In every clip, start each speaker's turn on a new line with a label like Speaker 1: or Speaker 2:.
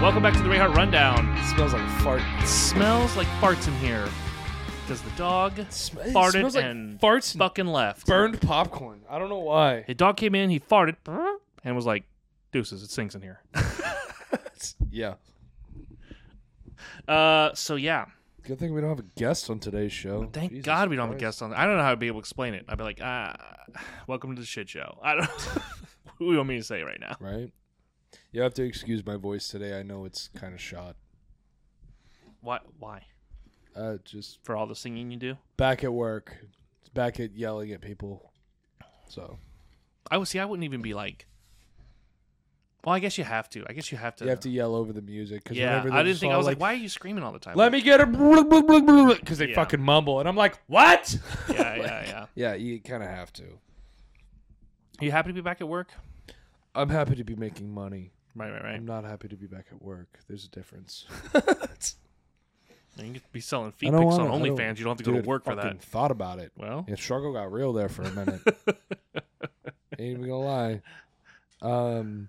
Speaker 1: Welcome back to the Rayhart Rundown.
Speaker 2: It smells like farts.
Speaker 1: Smells like farts in here because the dog
Speaker 2: Sm- it
Speaker 1: farted
Speaker 2: smells like
Speaker 1: and
Speaker 2: farts and
Speaker 1: fucking left.
Speaker 2: Burned popcorn. I don't know why.
Speaker 1: The dog came in, he farted, and was like, "Deuces, it stinks in here."
Speaker 2: Yeah.
Speaker 1: Uh, so yeah,
Speaker 2: Good thing we don't have a guest on today's show.
Speaker 1: thank
Speaker 2: Jesus
Speaker 1: God we don't have a
Speaker 2: Christ.
Speaker 1: guest on. I don't know how to be able to explain it. I'd be like, "Ah, welcome to the shit show." I don't. what do you want me to say right now?
Speaker 2: Right? You have to excuse my voice today. I know it's kind of shot.
Speaker 1: Why? Why?
Speaker 2: Uh, just
Speaker 1: For all the singing you do,
Speaker 2: back at work, back at yelling at people. So
Speaker 1: I would see. I wouldn't even be like. Well, I guess you have to. I guess you have to.
Speaker 2: you have to yell over the music. Cause
Speaker 1: yeah,
Speaker 2: whenever
Speaker 1: I
Speaker 2: they're
Speaker 1: didn't
Speaker 2: just
Speaker 1: think. I
Speaker 2: all
Speaker 1: was like, "Why are you screaming all the time?"
Speaker 2: Let me get a because they
Speaker 1: Yeah.
Speaker 2: fucking mumble, and I'm like, what?
Speaker 1: Yeah, yeah, yeah.
Speaker 2: yeah, you kind of have to.
Speaker 1: You happy to be back at work?
Speaker 2: I'm happy to be making money.
Speaker 1: Right, right, right.
Speaker 2: I'm not happy to be back at work. There's a difference.
Speaker 1: And You could be selling feet
Speaker 2: I
Speaker 1: pics
Speaker 2: don't
Speaker 1: on
Speaker 2: wanna- I don't-
Speaker 1: OnlyFans. You don't have to go
Speaker 2: Dude,
Speaker 1: to work for
Speaker 2: fucking
Speaker 1: that.
Speaker 2: Thought about it.
Speaker 1: Well,
Speaker 2: Yeah, struggle got real there for a minute. Ain't even gonna lie. Um,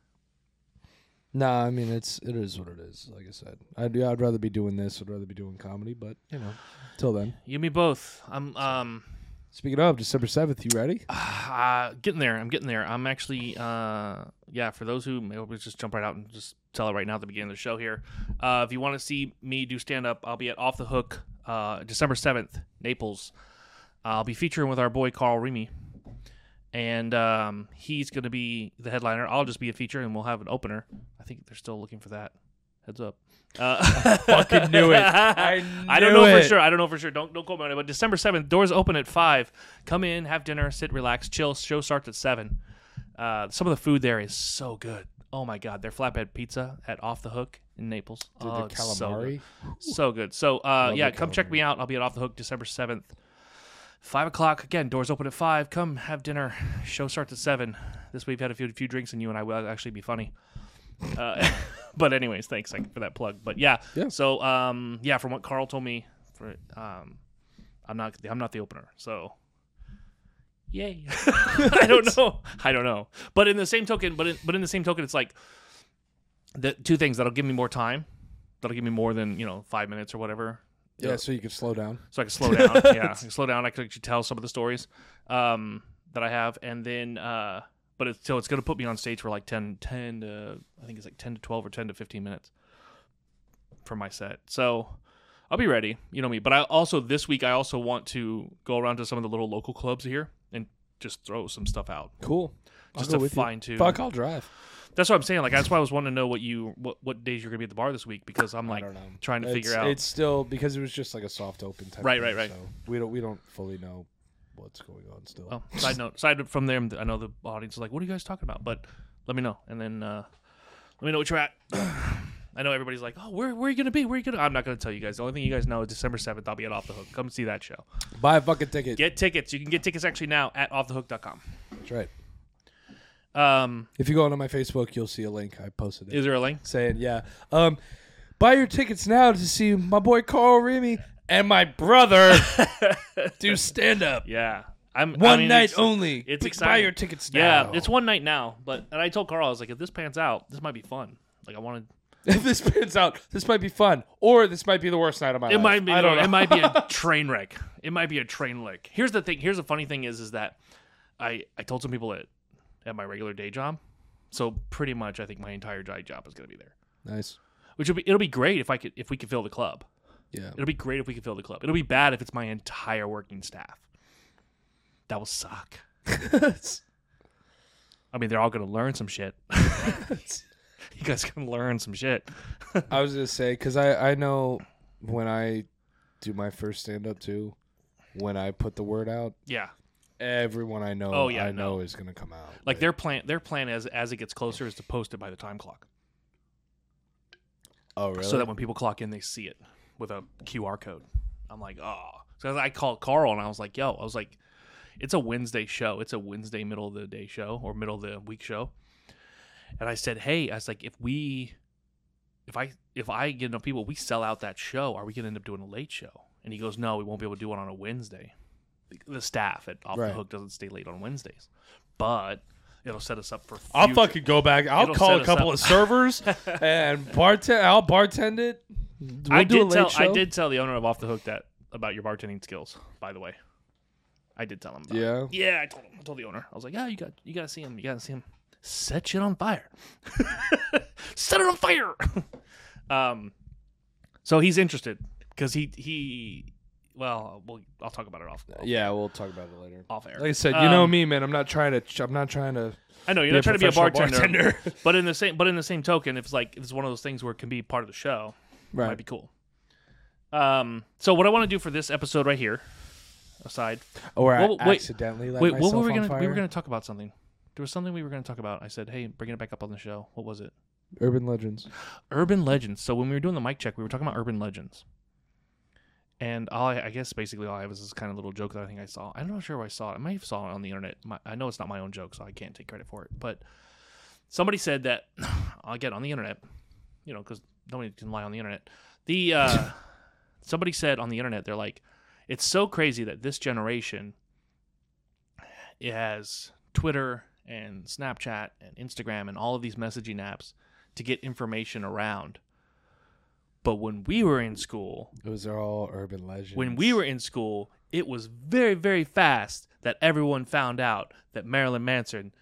Speaker 2: nah, I mean it's it is what it is. Like I said, I'd yeah, I'd rather be doing this. I'd rather be doing comedy. But you know, till then.
Speaker 1: you and me both. I'm um
Speaker 2: Speaking of December seventh, you ready?
Speaker 1: uh, getting there. I'm getting there. I'm actually uh yeah. For those who maybe we'll just jump right out and just tell it right now at the beginning of the show here. Uh, if you want to see me do stand up, I'll be at Off the Hook uh December seventh, Naples. I'll be featuring with our boy Carl Remy. And um, he's going to be the headliner. I'll just be a feature, and we'll have an opener. I think they're still looking for that. Heads up. Uh, I
Speaker 2: fucking knew it. I
Speaker 1: don't
Speaker 2: knew
Speaker 1: know
Speaker 2: it.
Speaker 1: for sure. I don't know for sure. Don't don't quote me on it. But December seventh, doors open at five. Come in, have dinner, sit, relax, chill. Show starts at seven. Uh, some of the food there is so good. Oh my god, their flatbread pizza at Off the Hook in Naples.
Speaker 2: Dude,
Speaker 1: oh,
Speaker 2: the
Speaker 1: it's so good.
Speaker 2: calamari.
Speaker 1: So good. So uh,
Speaker 2: Love
Speaker 1: yeah,
Speaker 2: the
Speaker 1: come check me out. I'll be at Off the Hook December seventh, five o'clock. Again, doors open at five. Come have dinner. Show starts at seven. This week we've had a few, few drinks, and you and I will actually be funny. Uh, but anyways, thanks like, for that plug. But yeah,
Speaker 2: Yeah.
Speaker 1: So um, yeah, from what Carl told me, for um, I'm not I'm not the opener. So yay. I don't know. I don't know. But in the same token, but in, but in the same token, it's like the two things that'll give me more time. That'll give me more than you know five minutes or whatever.
Speaker 2: Yeah, so you can slow down.
Speaker 1: So I can slow down. yeah, I can slow down. I can actually tell some of the stories um, that I have, and then. Uh, but it's, so it's going to put me on stage for like 10, 10 to I think it's like ten to twelve or ten to fifteen minutes for my set. So I'll be ready. You know me. But I also this week I also want to go around to some of the little local clubs here and just throw some stuff out.
Speaker 2: Cool. I'll
Speaker 1: Just
Speaker 2: go
Speaker 1: to
Speaker 2: with you.
Speaker 1: fine tune.
Speaker 2: Fuck, I'll drive.
Speaker 1: That's what I'm saying. Like that's why I was wanting to know what you what, what days you're gonna be at the bar this week because I'm like
Speaker 2: I don't know.
Speaker 1: trying to
Speaker 2: It's-
Speaker 1: figure out.
Speaker 2: It's still because it was just like a soft open type.
Speaker 1: Right, right,
Speaker 2: thing,
Speaker 1: right.
Speaker 2: So we don't we don't fully know what's going on still.
Speaker 1: Oh, side note. Side note from them. I know the audience is like, "What are you guys talking about?" But let me know, and then uh, let me know what you're at. I know everybody's like, "Oh, where where are you gonna be? Where are you gonna?" I'm not gonna tell you guys. The only thing you guys know is December seventh. I'll be at Off the Hook. Come see that show.
Speaker 2: Buy a fucking ticket.
Speaker 1: Get tickets. You can get tickets actually now at offthehook.com.
Speaker 2: That's right.
Speaker 1: Um,
Speaker 2: If you go onto my Facebook, you'll see a link. I posted it
Speaker 1: is there a link?
Speaker 2: saying, "Yeah, um, buy your tickets now to see my boy Carl Remy and my brother do stand up
Speaker 1: Yeah, I'm I
Speaker 2: one
Speaker 1: mean,
Speaker 2: night
Speaker 1: it's-
Speaker 2: only.
Speaker 1: it's
Speaker 2: P- Buy
Speaker 1: exciting.
Speaker 2: your tickets
Speaker 1: Yeah,
Speaker 2: now.
Speaker 1: it's one night now. But and I told Carl, I was like, if this pans out, this might be fun. Like I wanted.
Speaker 2: if this pans out, this might be fun, or this might be the worst night of my
Speaker 1: It
Speaker 2: life.
Speaker 1: might be.
Speaker 2: I don't know.
Speaker 1: It might be a train wreck. It might be a train wreck. Here's the thing. Here's the funny thing is, is that I I told some people at at my regular day job, so pretty much I think my entire day job is going to be there,
Speaker 2: nice.
Speaker 1: which will be it'll be great if I could if we could fill the club.
Speaker 2: Yeah.
Speaker 1: It'll be great if we could fill the club. It'll be bad if it's my entire working staff. That will suck. I mean, they're all going to learn some shit. you guys can learn some shit.
Speaker 2: I was gonna say because I I know when I do my first stand up too, when I put the word out,
Speaker 1: Yeah.
Speaker 2: everyone I know
Speaker 1: Oh, yeah,
Speaker 2: I
Speaker 1: no.
Speaker 2: know is gonna come out.
Speaker 1: Like their plan their plan as as it gets closer is to post it by the time clock.
Speaker 2: oh really
Speaker 1: so that when people clock in, they see it with a QR code. I'm like, oh. So I called Carl and I was like, yo, I was like, it's a Wednesday show. It's a Wednesday middle of the day show or middle of the week show. And I said, hey, I was like, if we, if I, if I get enough people, we sell out that show. Are we gonna end up doing a late show? And he goes, no, we won't be able to do one on a Wednesday. The- The staff at Off
Speaker 2: Right.
Speaker 1: the Hook doesn't stay late on Wednesdays, but it'll set us up for. Future.
Speaker 3: I'll fucking go back. I'll
Speaker 1: It'll
Speaker 3: call
Speaker 1: set
Speaker 3: a
Speaker 1: us
Speaker 3: couple
Speaker 1: up.
Speaker 3: of servers and bartend. I'll bartend it.
Speaker 2: We'll
Speaker 1: I
Speaker 2: do a
Speaker 1: did
Speaker 2: late
Speaker 1: tell. I
Speaker 2: show.
Speaker 1: did tell the owner of Off the Hook that about your bartending skills. By the way, I did tell him. About it.
Speaker 2: Yeah.
Speaker 1: Yeah, I told him. I told the owner. I was like, "Yeah, you got you got to see him. You got to see him set shit on fire. set it on fire." um, so he's interested because he he. Well, we'll I'll talk about it off
Speaker 2: Yeah, we'll talk about it later.
Speaker 1: off air.
Speaker 2: Like I said, you know
Speaker 1: Um,
Speaker 2: me, man. I'm not trying to. ch- I'm not trying to.
Speaker 1: I know you're
Speaker 2: be
Speaker 1: not
Speaker 2: a
Speaker 1: trying to be a
Speaker 2: professional
Speaker 1: bartender, but in the same but in the same token, if it's like if it's one of those things where it can be part of the show, it might
Speaker 2: Right.
Speaker 1: be cool. Um, so what I want to do for this episode right here, aside,
Speaker 2: Or I
Speaker 1: Well, wait.
Speaker 2: accidentally let
Speaker 1: wait,
Speaker 2: myself
Speaker 1: what were we
Speaker 2: on
Speaker 1: gonna
Speaker 2: fire.
Speaker 1: we were gonna talk about something. There was something we were gonna talk about. I said, hey, bringing it back up on the show. What was it?
Speaker 2: Urban legends.
Speaker 1: Urban legends. So when we were doing the mic check, we were talking about urban legends. And all I, I guess basically all I have is this kind of little joke that I think I saw. I'm not sure where I saw it. I might have saw it on the internet. My, I know it's not my own joke, so I can't take credit for it. But somebody said that I'll get on the internet, you know, because nobody can lie on the internet. The uh, somebody said on the internet they're like, it's so crazy that this generation it has Twitter and Snapchat and Instagram and all of these messaging apps to get information around. But when we were in school,
Speaker 2: Those are all urban legends.
Speaker 1: when we were in school, it was very, very fast that everyone found out that Marilyn Manson,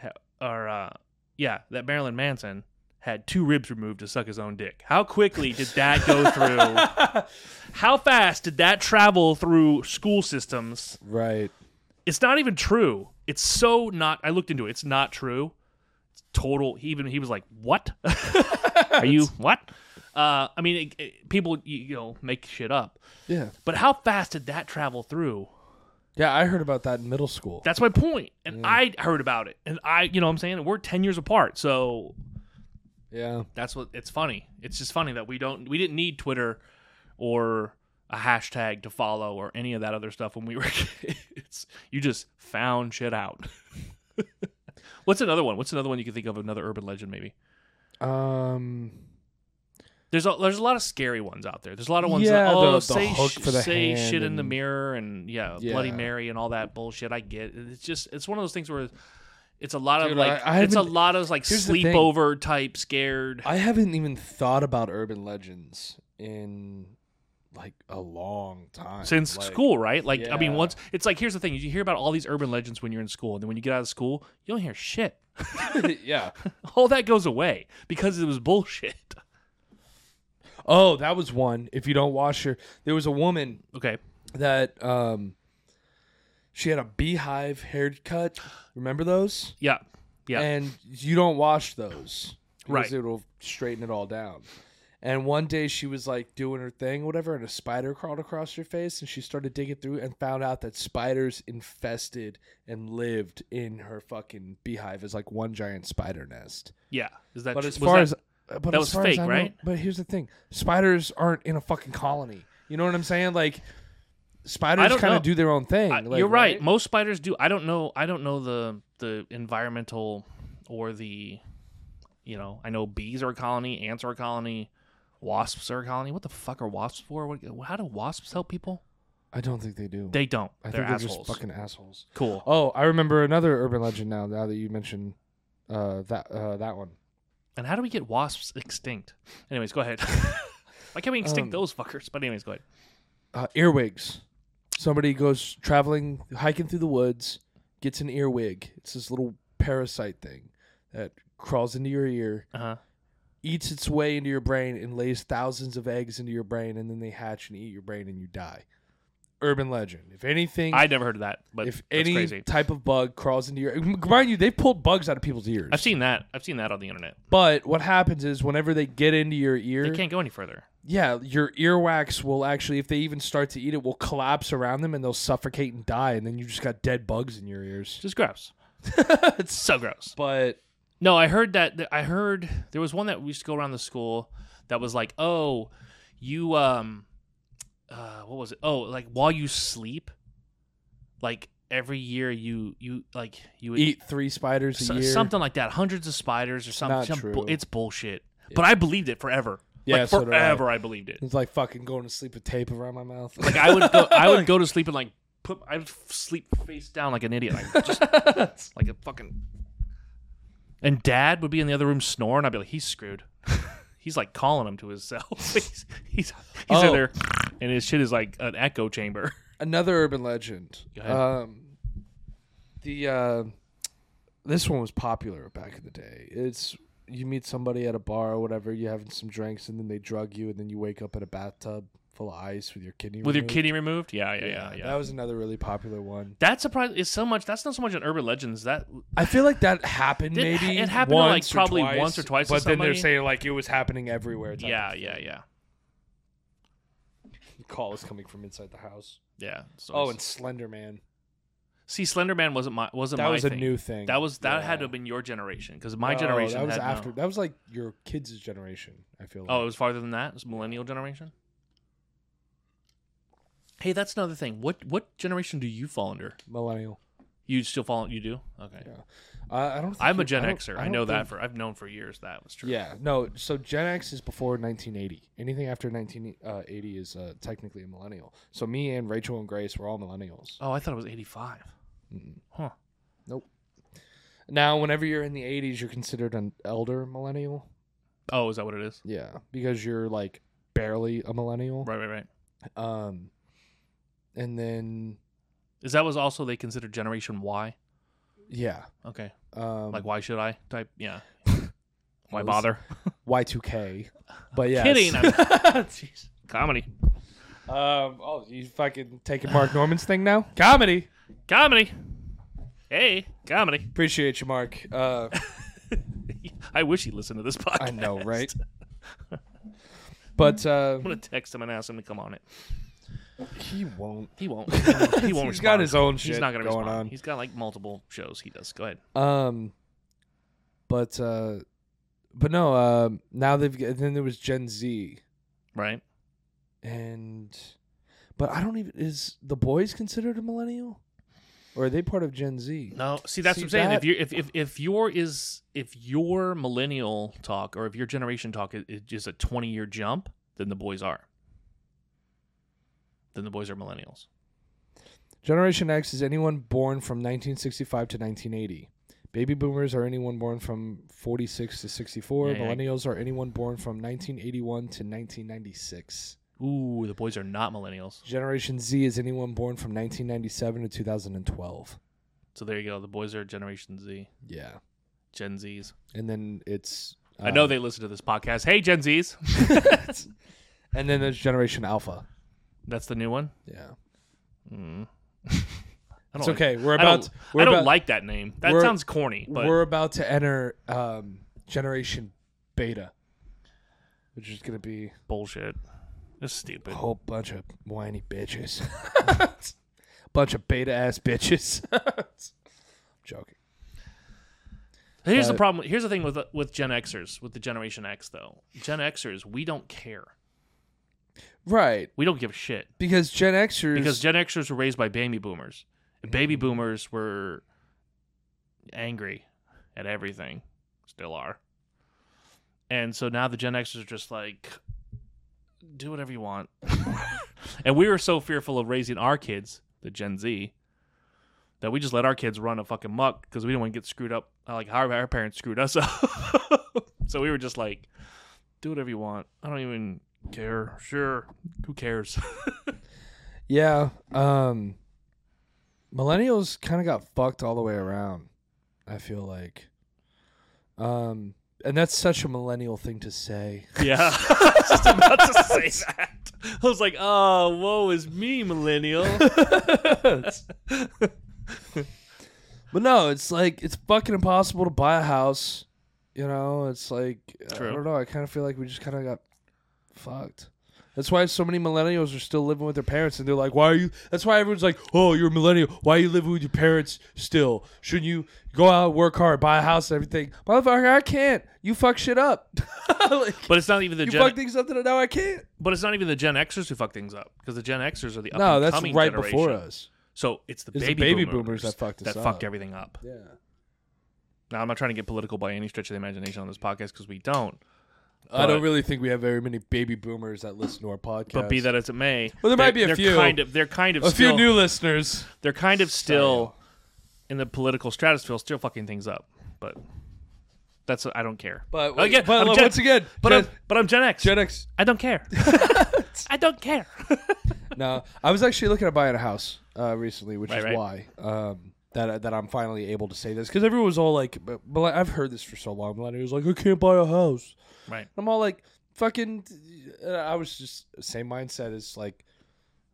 Speaker 1: ha- or uh, yeah, that Marilyn Manson had two ribs removed to suck his own dick. How quickly did that go through? How fast did that travel through school systems?
Speaker 2: right.
Speaker 1: It's not even true. It's so not. I looked into it. It's not true. It's total. He even he was like, "What? Are you what?" Uh, I mean, it, it- people you, you know make shit up.
Speaker 2: Yeah.
Speaker 1: But how fast did that travel through?
Speaker 2: Yeah, I heard about that in middle school.
Speaker 1: That's my point. And I heard about it. And I, you know what I'm saying? We're 10 years apart. So
Speaker 2: yeah.
Speaker 1: that's what it's funny. It's just funny that we don't, we didn't need Twitter or a hashtag to follow or any of that other stuff when we were kids. You just found shit out. What's another one? What's another one you can think of? Another urban legend, maybe?
Speaker 2: Um.
Speaker 1: There's a, there's a lot of scary ones out there. There's a lot of ones
Speaker 2: Yeah,
Speaker 1: that oh
Speaker 2: the- the
Speaker 1: say
Speaker 2: hook
Speaker 1: sh-
Speaker 2: for the
Speaker 1: say
Speaker 2: hand
Speaker 1: shit in the
Speaker 2: and-
Speaker 1: mirror and yeah,
Speaker 2: Yeah.
Speaker 1: Bloody Mary and all that bullshit. I get it. it's just it's one of those things where it's a lot of
Speaker 2: Dude,
Speaker 1: like
Speaker 2: I- I
Speaker 1: it's a
Speaker 2: haven't-
Speaker 1: lot of like
Speaker 2: here's the thing.
Speaker 1: sleepover type scared.
Speaker 2: I haven't even thought about urban legends in like a long time
Speaker 1: since
Speaker 2: Like,
Speaker 1: school, right? Like, I mean,
Speaker 2: yeah.
Speaker 1: once it's like here's the thing: you hear about all these urban legends when you're in school, and then when you get out of school, you don't hear shit.
Speaker 2: yeah.
Speaker 1: All that goes away because it was bullshit.
Speaker 2: Oh, that was one. If you don't wash your, there was a woman
Speaker 1: Okay,
Speaker 2: that um, she had a beehive haircut. Remember those?
Speaker 1: yeah, yeah,
Speaker 2: And you don't wash those
Speaker 1: Right.
Speaker 2: because it'll straighten it all down. And one day she was like doing her thing, whatever, and a spider crawled across her face, and she started digging through and found out that spiders infested and lived in her fucking beehive as like one giant spider nest.
Speaker 1: yeah. Is that
Speaker 2: But
Speaker 1: tr-
Speaker 2: as
Speaker 1: was
Speaker 2: far
Speaker 1: that-
Speaker 2: as uh, but
Speaker 1: that
Speaker 2: as
Speaker 1: was
Speaker 2: far
Speaker 1: fake,
Speaker 2: as I know-
Speaker 1: right?
Speaker 2: But here's the thing: spiders aren't in a fucking colony. You know what I'm saying? Like spiders
Speaker 1: don't
Speaker 2: kind
Speaker 1: know.
Speaker 2: of do their own thing.
Speaker 1: I-
Speaker 2: like,
Speaker 1: you're right. Most spiders do. I don't know. I don't know the the environmental or the, you know. I know bees are a colony, ants are a colony, wasps are a colony. What the fuck are wasps for? What, how do wasps help people?
Speaker 2: I don't think they do.
Speaker 1: They don't.
Speaker 2: I
Speaker 1: they're
Speaker 2: think they're
Speaker 1: assholes.
Speaker 2: just fucking assholes.
Speaker 1: cool.
Speaker 2: Oh, I remember another urban legend now. Now that you mentioned uh, that uh, that one,
Speaker 1: And how do we get wasps extinct? Anyways, go ahead. Why can't we extinct
Speaker 2: Um,
Speaker 1: those fuckers? But anyways, go ahead.
Speaker 2: uh, earwigs. Somebody goes traveling, hiking through the woods, gets an earwig. It's this little parasite thing that crawls into your ear,
Speaker 1: Uh huh.
Speaker 2: eats its way into your brain, and lays thousands of eggs into your brain, and then they hatch and eat your brain, and you die. Urban legend. If anything,
Speaker 1: I never heard of that, but
Speaker 2: if
Speaker 1: that's
Speaker 2: any
Speaker 1: crazy.
Speaker 2: type of bug crawls into your, mind you, they pulled bugs out of people's ears.
Speaker 1: I've seen that. I've seen that on the internet.
Speaker 2: But what happens is whenever they get into your
Speaker 1: They
Speaker 2: ear,
Speaker 1: can't go any further.
Speaker 2: yeah, your earwax will actually, if they even start to eat it, will collapse around them and they'll suffocate and die, and then you just got dead bugs in your ears.
Speaker 1: Just gross. it's so gross.
Speaker 2: But
Speaker 1: No, I heard that. that- I heard there was one that we used to go around the school that was like, oh, you um, uh, what was it? Oh, like while you sleep, like every year you you like you would
Speaker 2: eat three spiders a
Speaker 1: so-
Speaker 2: year.
Speaker 1: something like that, hundreds of spiders or something.
Speaker 2: not
Speaker 1: some
Speaker 2: true.
Speaker 1: bu- it's bullshit. But I believed it forever.
Speaker 2: Yeah,
Speaker 1: like
Speaker 2: so did I.
Speaker 1: forever I believed it.
Speaker 2: It's like fucking going to sleep with tape around my mouth.
Speaker 1: Like I would go I would go to sleep and like put I sleep face down like an idiot. I just like a fucking. And Dad would be in the other room snoring. I'd be like, he's screwed. he's like calling him to himself. he's he's, he's in
Speaker 2: Oh.
Speaker 1: there, and his shit is like an echo chamber.
Speaker 2: Another urban legend.
Speaker 1: Go ahead.
Speaker 2: Um, the uh, this one was popular back in the day. It's you meet somebody at a bar or whatever, you having some drinks, and then they drug you, and then you wake up in a bathtub full of ice with your kidney.
Speaker 1: With your
Speaker 2: removed.
Speaker 1: kidney removed? Yeah, yeah, yeah, yeah.
Speaker 2: That was another really popular one.
Speaker 1: That's surprising. It's so much. That's not so much an urban legends. That
Speaker 2: I feel like that happened
Speaker 1: It-
Speaker 2: maybe.
Speaker 1: it happened to, like,
Speaker 2: once
Speaker 1: probably once or twice to
Speaker 2: But then they're
Speaker 1: somebody.
Speaker 2: saying like it was happening everywhere. type
Speaker 1: yeah,
Speaker 2: of
Speaker 1: yeah, yeah,
Speaker 2: The call is coming from inside the house.
Speaker 1: yeah. So
Speaker 2: Oh,
Speaker 1: it's-
Speaker 2: and Slender Man.
Speaker 1: see, Slender Man wasn't my wasn't
Speaker 2: That
Speaker 1: my
Speaker 2: was a
Speaker 1: thing.
Speaker 2: new thing.
Speaker 1: That was that had to
Speaker 2: Yeah.
Speaker 1: have been your generation because my
Speaker 2: No,
Speaker 1: generation
Speaker 2: Oh, That was
Speaker 1: had no-
Speaker 2: after. That was like your kids' generation. I feel. Like.
Speaker 1: Oh, it was farther than that. It was millennial generation. Hey, that's another thing. What what generation do you fall under?
Speaker 2: millennial.
Speaker 1: You still fall? You do? Okay.
Speaker 2: Yeah. I I don't. Think
Speaker 1: I'm a
Speaker 2: you-
Speaker 1: Gen
Speaker 2: I don't-
Speaker 1: Xer.
Speaker 2: I
Speaker 1: I, know
Speaker 2: don't
Speaker 1: that
Speaker 2: think-
Speaker 1: for I've known for years that was true.
Speaker 2: Yeah. No. So Gen X is before 1980. Anything after 1980 is uh, technically a millennial. So me and Rachel and Grace were all millennials.
Speaker 1: Oh, I thought it was 85. Oh. Huh.
Speaker 2: Now, whenever you're in the 80s, you're considered an elder millennial.
Speaker 1: Oh, is that what it is?
Speaker 2: Yeah, because you're like barely a millennial.
Speaker 1: Right, right, right.
Speaker 2: Um, and then
Speaker 1: Is that was also they considered Generation Y?
Speaker 2: yeah,
Speaker 1: Okay.
Speaker 2: um,
Speaker 1: Like why should I type? Yeah. Why
Speaker 2: Those-
Speaker 1: bother?
Speaker 2: Y two K. But yeah,
Speaker 1: Kidding. I'm- Jeez. Comedy.
Speaker 2: Um, oh, you fucking taking Mark Norman's thing now?
Speaker 3: Comedy.
Speaker 1: Comedy. Hey, comedy.
Speaker 2: Appreciate you, Mark. Uh,
Speaker 1: I wish he listened to this podcast.
Speaker 2: I know, right? But uh,
Speaker 1: I'm gonna text him and ask him to come on it.
Speaker 2: he won't.
Speaker 1: He won't. He won't respond.
Speaker 2: He's got his own
Speaker 1: He's
Speaker 2: shit
Speaker 1: not gonna
Speaker 2: going
Speaker 1: respond.
Speaker 2: on.
Speaker 1: He's got like multiple shows. He does. Go ahead.
Speaker 2: Um, but uh, but no. Um, now they've got- then there was Gen Z,
Speaker 1: Right.
Speaker 2: and but I don't even is the boys considered a millennial, or are they part of Gen Z?
Speaker 1: No. See, that's
Speaker 2: See,
Speaker 1: what I'm saying. If
Speaker 2: that-
Speaker 1: you if, if if your is if your millennial talk or if your generation talk is, is a 20 year jump, then the boys are. Then the boys are millennials.
Speaker 2: Generation X is anyone born from 1965 to 1980. Baby boomers are anyone born from 46 to 64.
Speaker 1: Yeah, yeah.
Speaker 2: Millennials are anyone born from 1981 to 1996.
Speaker 1: Ooh, the boys are not millennials.
Speaker 2: Generation Z is anyone born from 1997 to 2012.
Speaker 1: So there you go. The boys are Generation Z,
Speaker 2: Yeah.
Speaker 1: Gen Zs.
Speaker 2: And then it's.
Speaker 1: I know
Speaker 2: uh,
Speaker 1: they listen to this podcast. Hey, Gen Zs.
Speaker 2: And then there's Generation Alpha.
Speaker 1: That's the new one.
Speaker 2: Yeah.
Speaker 1: Mm. I
Speaker 2: It's
Speaker 1: like-
Speaker 2: okay. We're
Speaker 1: I don't,
Speaker 2: about. we're
Speaker 1: I don't
Speaker 2: about,
Speaker 1: like that name. That
Speaker 2: we're-
Speaker 1: sounds corny, but
Speaker 2: We're about to enter um, Generation Beta, which is going to be.
Speaker 1: bullshit. It's stupid.
Speaker 2: a whole bunch of whiny bitches. bunch of beta ass bitches. Joking.
Speaker 1: Here's the
Speaker 2: but-
Speaker 1: problem. Here's the thing with with Gen Xers, with the Generation X though. Gen Xers, we don't care.
Speaker 2: Right.
Speaker 1: We don't give a shit
Speaker 2: Because Gen Xers
Speaker 1: because Gen Xers were raised by baby boomers. And baby boomers were angry at everything, still are. And so now the Gen Xers are just like, do whatever you want. and we were so fearful of raising our kids, the Gen Z, that we just let our kids run a fucking muck because we didn't want to get screwed up. uh, Like how our parents screwed us up. so we were just like, do whatever you want. I don't even care. Sure. Who cares?
Speaker 2: Yeah. Um Millennials kinda got fucked all the way around, I feel like. Um and that's such a millennial thing to say.
Speaker 1: Yeah. I was just about to say that. I was like, oh, woe is me, millennial.
Speaker 2: But no, it's like it's fucking impossible to buy a house. You know, it's like
Speaker 1: True.
Speaker 2: I don't know. I kind of feel like we just kind of got fucked. That's why so many millennials are still living with their parents, and they're like, "Why are you?" That's why everyone's like, "Oh, you're a millennial. Why are you living with your parents still? Shouldn't you go out, work hard, buy a house, and everything?" Motherfucker, I can't. You fuck shit up. like,
Speaker 1: but it's not even the
Speaker 2: you
Speaker 1: Gen
Speaker 2: fuck things up that I- now I can't.
Speaker 1: But it's not even the Gen Xers who fuck things up because the Gen Xers are the up
Speaker 2: No,
Speaker 1: and
Speaker 2: that's
Speaker 1: coming
Speaker 2: right
Speaker 1: generation.
Speaker 2: before us.
Speaker 1: So it's the
Speaker 2: It's the
Speaker 1: baby,
Speaker 2: baby
Speaker 1: boomers,
Speaker 2: boomers that fucked us
Speaker 1: that fucked
Speaker 2: up.
Speaker 1: everything up.
Speaker 2: Yeah.
Speaker 1: Now I'm not trying to get political by any stretch of the imagination on this podcast because we don't.
Speaker 2: I don't
Speaker 1: But-
Speaker 2: really think we have very many baby boomers that listen to our podcast.
Speaker 1: But be that as it may,
Speaker 2: Well, there
Speaker 1: they're-
Speaker 2: might be a
Speaker 1: they're
Speaker 2: few.
Speaker 1: Kind of, they're kind of
Speaker 2: a
Speaker 1: still,
Speaker 2: few new listeners.
Speaker 1: They're kind of still in the political stratosphere, still fucking things up. But that's I don't care.
Speaker 2: But
Speaker 1: Again,
Speaker 2: but
Speaker 1: Oh, I'm
Speaker 2: look,
Speaker 1: Gen-
Speaker 2: once again,
Speaker 1: But
Speaker 2: Gen,
Speaker 1: I'm but I'm Gen X.
Speaker 2: Gen X.
Speaker 1: I don't care. I don't care.
Speaker 2: No, I was actually looking at buying a house uh, recently, which
Speaker 1: Right,
Speaker 2: is
Speaker 1: right.
Speaker 2: why um, that that I'm finally able to say this because everyone was all like, but, but like, I've heard this for so long. Millennials like, I can't buy a house.
Speaker 1: right.
Speaker 2: I'm all like, fucking. uh, I was just same mindset as like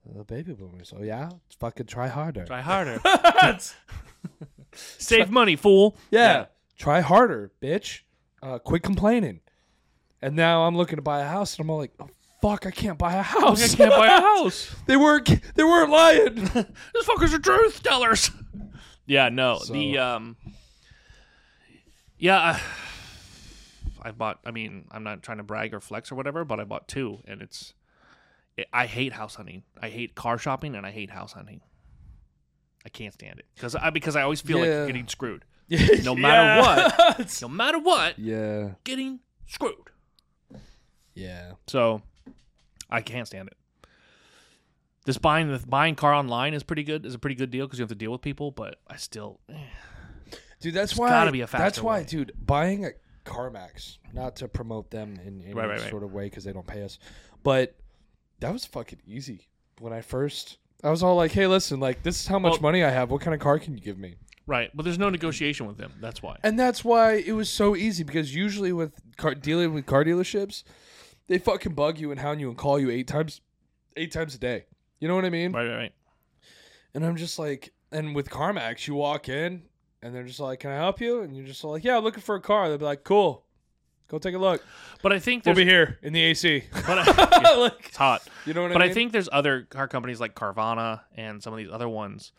Speaker 2: the baby boomers. Oh yeah, fucking try harder.
Speaker 1: Try harder. Save money, fool.
Speaker 2: yeah. try harder, bitch. Uh, quit complaining. And now I'm looking to buy a house, and I'm all like, oh, fuck, I can't buy a house.
Speaker 1: I can't buy a house.
Speaker 2: they weren't they weren't lying.
Speaker 1: These fuckers are truth tellers. Yeah, no. The
Speaker 2: So-
Speaker 1: um Yeah, uh, I, I bought I mean, I'm not trying to brag or flex or whatever, but I bought two and it's I hate house hunting. I hate car shopping and I hate house hunting. I can't stand it cuz I because I always feel like
Speaker 2: Yeah.
Speaker 1: I'm getting screwed. No matter what.
Speaker 3: what.
Speaker 1: No matter what,
Speaker 2: yeah,
Speaker 1: getting screwed.
Speaker 2: yeah.
Speaker 1: So I can't stand it. This buying the buying car online is pretty good. Is a pretty good deal because you have to deal with people. But I still, eh.
Speaker 2: Dude, that's why.
Speaker 1: gotta be a
Speaker 2: That's
Speaker 1: faster
Speaker 2: why,
Speaker 1: way.
Speaker 2: dude, buying a CarMax, not to promote them in any
Speaker 1: Right, right, right.
Speaker 2: sort of way because they don't pay us, but that was fucking easy when I first. I was all like, "Hey, listen, like this is how much
Speaker 1: Well-
Speaker 2: money I have. What kind of car can you give me?"
Speaker 1: right. But there's no negotiation with them. That's why.
Speaker 2: And that's why it was so easy because usually with car, dealing with car dealerships, they fucking bug you and hound you and call you eight times, eight times a day. You know what I mean?
Speaker 1: Right, right, right.
Speaker 2: And I'm just like, and with CarMax, you walk in and they're just like, "Can I help you?" And you're just like, "Yeah, I'm looking for a car." They'll be like, "Cool, go take a look.
Speaker 1: But I think
Speaker 2: We'll
Speaker 1: there's.
Speaker 2: be here in the AC."
Speaker 1: but I- yeah,
Speaker 2: like,
Speaker 1: it's hot.
Speaker 2: you know what
Speaker 1: But
Speaker 2: I mean?
Speaker 1: I think there's other car companies like Carvana and some of these other ones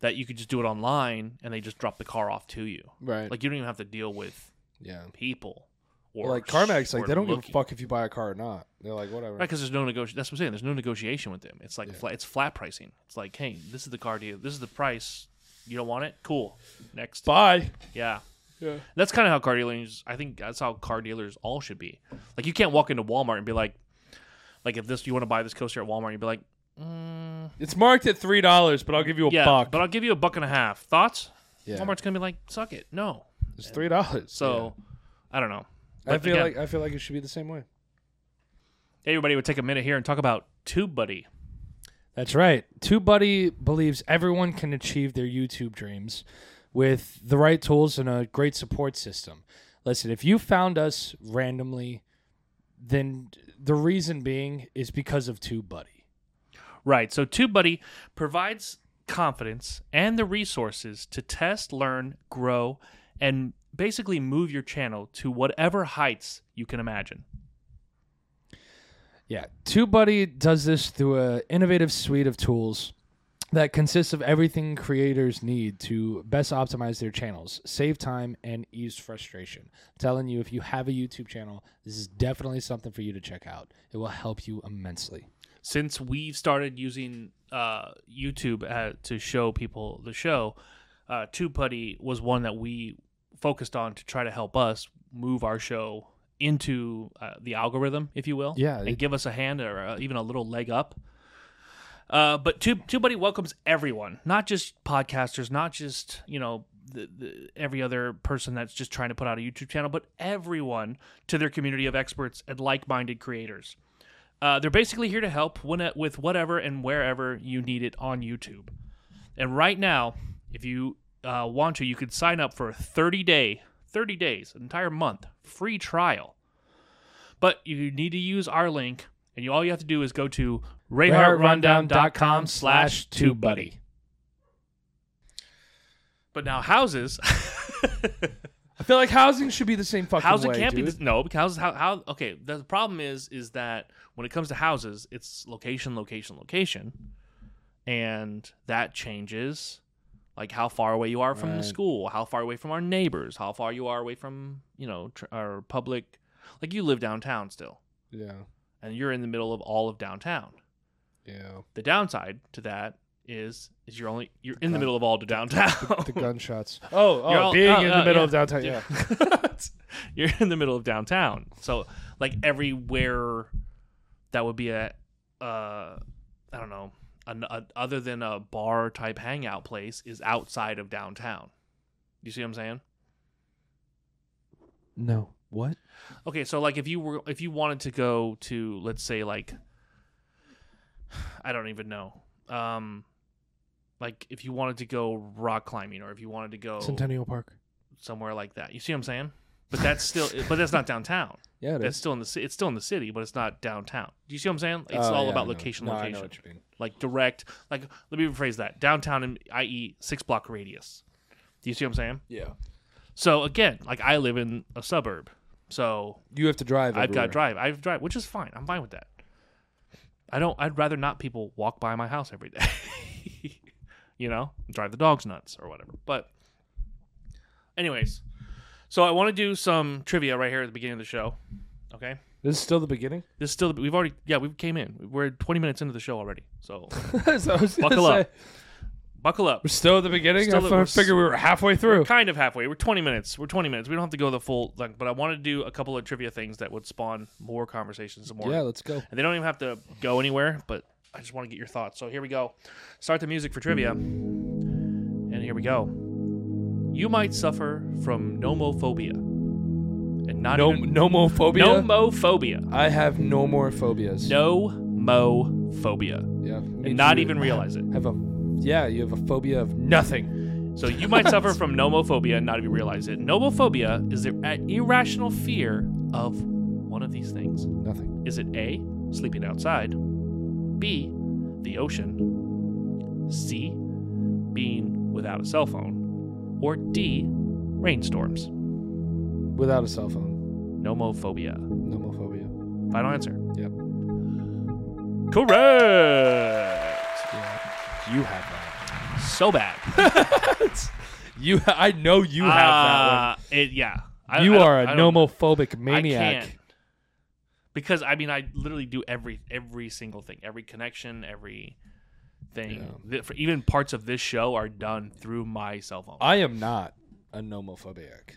Speaker 1: that you could just do it online and they just drop the car off to you.
Speaker 2: right,
Speaker 1: Like you don't even have to deal with
Speaker 2: yeah,
Speaker 1: people. Or
Speaker 2: like CarMax, like
Speaker 1: or
Speaker 2: they don't give a
Speaker 1: looking.
Speaker 2: fuck if you buy a car or not. They're like, whatever.
Speaker 1: Right, because there's no negotiation. That's what I'm saying. There's no negotiation with them. It's like flat, it's flat pricing. It's like, hey, this is the car deal. This is the price. You don't want it? Cool. Next.
Speaker 2: Bye.
Speaker 1: Yeah.
Speaker 2: Yeah.
Speaker 1: That's kind of how car dealers. I think that's how car dealers all should be. Like you can't walk into Walmart and be like, like if this you want to buy this coaster at Walmart, you'd be like, mm,
Speaker 2: It's marked at three dollars, but I'll give you a
Speaker 1: yeah,
Speaker 2: buck.
Speaker 1: but I'll give you a buck and a half. Thoughts?
Speaker 2: Yeah.
Speaker 1: Walmart's gonna be like, suck it. No.
Speaker 2: it's three dollars.
Speaker 1: So, I don't know.
Speaker 2: I
Speaker 1: But
Speaker 2: feel
Speaker 1: again,
Speaker 2: like I feel like it should be the same way.
Speaker 1: everybody would take a minute here and talk about TubeBuddy.
Speaker 3: That's right. TubeBuddy believes everyone can achieve their YouTube dreams with the right tools and a great support system. Listen, if you found us randomly, then the reason being is because of TubeBuddy.
Speaker 1: Right. So TubeBuddy provides confidence and the resources to test, learn, grow, and basically move your channel to whatever heights you can imagine.
Speaker 3: Yeah, TubeBuddy does this through an innovative suite of tools that consists of everything creators need to best optimize their channels, save time, and ease frustration. I'm telling you, if you have a YouTube channel, this is definitely something for you to check out. It will help you immensely.
Speaker 1: Since we've started using uh, YouTube uh, to show people the show, uh, TubeBuddy was one that we focused on to try to help us move our show into uh, the algorithm, if you will.
Speaker 3: Yeah,
Speaker 1: and
Speaker 3: it-
Speaker 1: give us a hand or uh, even a little leg up. Uh, but Tube TubeBuddy welcomes everyone, not just podcasters, not just you know the, the, every other person that's just trying to put out a YouTube channel, but everyone to their community of experts and like-minded creators. Uh, they're basically here to help when, uh, with whatever and wherever you need it on YouTube. And right now, if you uh, want to, you could sign up for a 30 day, 30 days, an entire month free trial. But you need to use our link, and you, all you have to do is go to rayhartrundown.com slash TubeBuddy. But now houses,
Speaker 2: I feel like housing should be the same fucking
Speaker 1: housing
Speaker 2: way.
Speaker 1: can't be
Speaker 2: dude.
Speaker 1: this, no because houses how, how okay the problem is is that when it comes to houses it's location location location and that changes like how far away you are from the
Speaker 2: Right.
Speaker 1: school how far away from our neighbors how far you are away from you know tr- our public like you live downtown still
Speaker 2: Yeah,
Speaker 1: and you're in the middle of all of downtown
Speaker 2: yeah.
Speaker 1: the downside to that is is you're only you're in the middle of all the downtown.
Speaker 2: The gunshots.
Speaker 3: Oh,
Speaker 1: You're
Speaker 3: oh
Speaker 1: all-
Speaker 3: being
Speaker 1: oh,
Speaker 3: in
Speaker 1: oh,
Speaker 3: the middle
Speaker 1: yeah.
Speaker 3: of downtown. Yeah.
Speaker 1: you're in the middle of downtown. So like everywhere that would be a uh I don't know, an, a, other than a bar type hangout place is outside of downtown. You see what I'm saying?
Speaker 2: No. What?
Speaker 1: Okay, so like if you were if you wanted to go to let's say like I don't even know. Um like if you wanted to go rock climbing or if you wanted to go
Speaker 3: Centennial Park.
Speaker 1: somewhere like that. You see what I'm saying? But that's still but that's not downtown.
Speaker 2: Yeah, it
Speaker 1: That's
Speaker 2: is.
Speaker 1: still in the ci- it's still in the city, but it's not downtown. Do you see what I'm saying? It's
Speaker 2: Oh,
Speaker 1: all
Speaker 2: yeah, I
Speaker 1: about
Speaker 2: know.
Speaker 1: location,
Speaker 2: No, I know
Speaker 1: location,
Speaker 2: what you mean.
Speaker 1: like direct. Like let me rephrase that: downtown, in- i.e., six block radius. Do you see what I'm saying?
Speaker 2: Yeah.
Speaker 1: So again, like I live in a suburb, so
Speaker 2: You have to drive.
Speaker 1: I've got
Speaker 2: everywhere.
Speaker 1: to drive. I've drive, which is fine. I'm fine with that. I don't. I'd rather not people walk by my house every day. you know, drive the dogs nuts or whatever. But, anyways, so I want to do some trivia right here at the beginning of the show. Okay,
Speaker 3: This is still the beginning.
Speaker 1: this is still. We've already. Yeah, we came in. We're 20 minutes into the show already. So
Speaker 3: So I was gonna
Speaker 1: buckle up.
Speaker 3: say,
Speaker 1: Buckle up.
Speaker 3: We're still at the beginning.
Speaker 1: Still
Speaker 3: I
Speaker 1: at-
Speaker 3: fi-
Speaker 1: we're s-
Speaker 3: figured we were halfway through.
Speaker 1: kind of halfway. We're 20 minutes. We're 20 minutes. We don't have to go the full length, but I want to do a couple of trivia things that would spawn more conversations, some more
Speaker 2: Yeah, let's go.
Speaker 1: and they don't even have to go anywhere but i just want to get your thoughts so here we go start the music for trivia and here we go you might suffer from nomophobia and not
Speaker 2: No,
Speaker 1: even
Speaker 2: nomophobia.
Speaker 1: nomophobia
Speaker 2: I have no more phobias.
Speaker 1: nomophobia
Speaker 2: Yeah.
Speaker 1: and not even realize it
Speaker 2: have a. Yeah, you have a phobia of nothing.
Speaker 1: so you might suffer from nomophobia and not even realize it nomophobia is the uh, irrational fear of one of these things
Speaker 2: Nothing.
Speaker 1: Is it A, sleeping outside? B, the ocean? C, being without a cell phone? Or D, rainstorms?
Speaker 2: Without a cell phone.
Speaker 1: Nomophobia.
Speaker 2: Nomophobia.
Speaker 1: Final answer.
Speaker 2: Yep.
Speaker 1: Correct.
Speaker 2: Yeah. You have that.
Speaker 1: So bad.
Speaker 2: You. I know you have that
Speaker 1: Uh, it- yeah.
Speaker 2: one.
Speaker 1: I-
Speaker 2: you
Speaker 1: I don't-
Speaker 2: are a
Speaker 1: I don't-
Speaker 2: nomophobic
Speaker 1: I
Speaker 2: maniac.
Speaker 1: can't. Because I mean, I literally do every every single thing, every connection, every thing. Th- for- even parts of this show are done through my cell phone.
Speaker 2: I am not a nomophobic.
Speaker 1: Uh,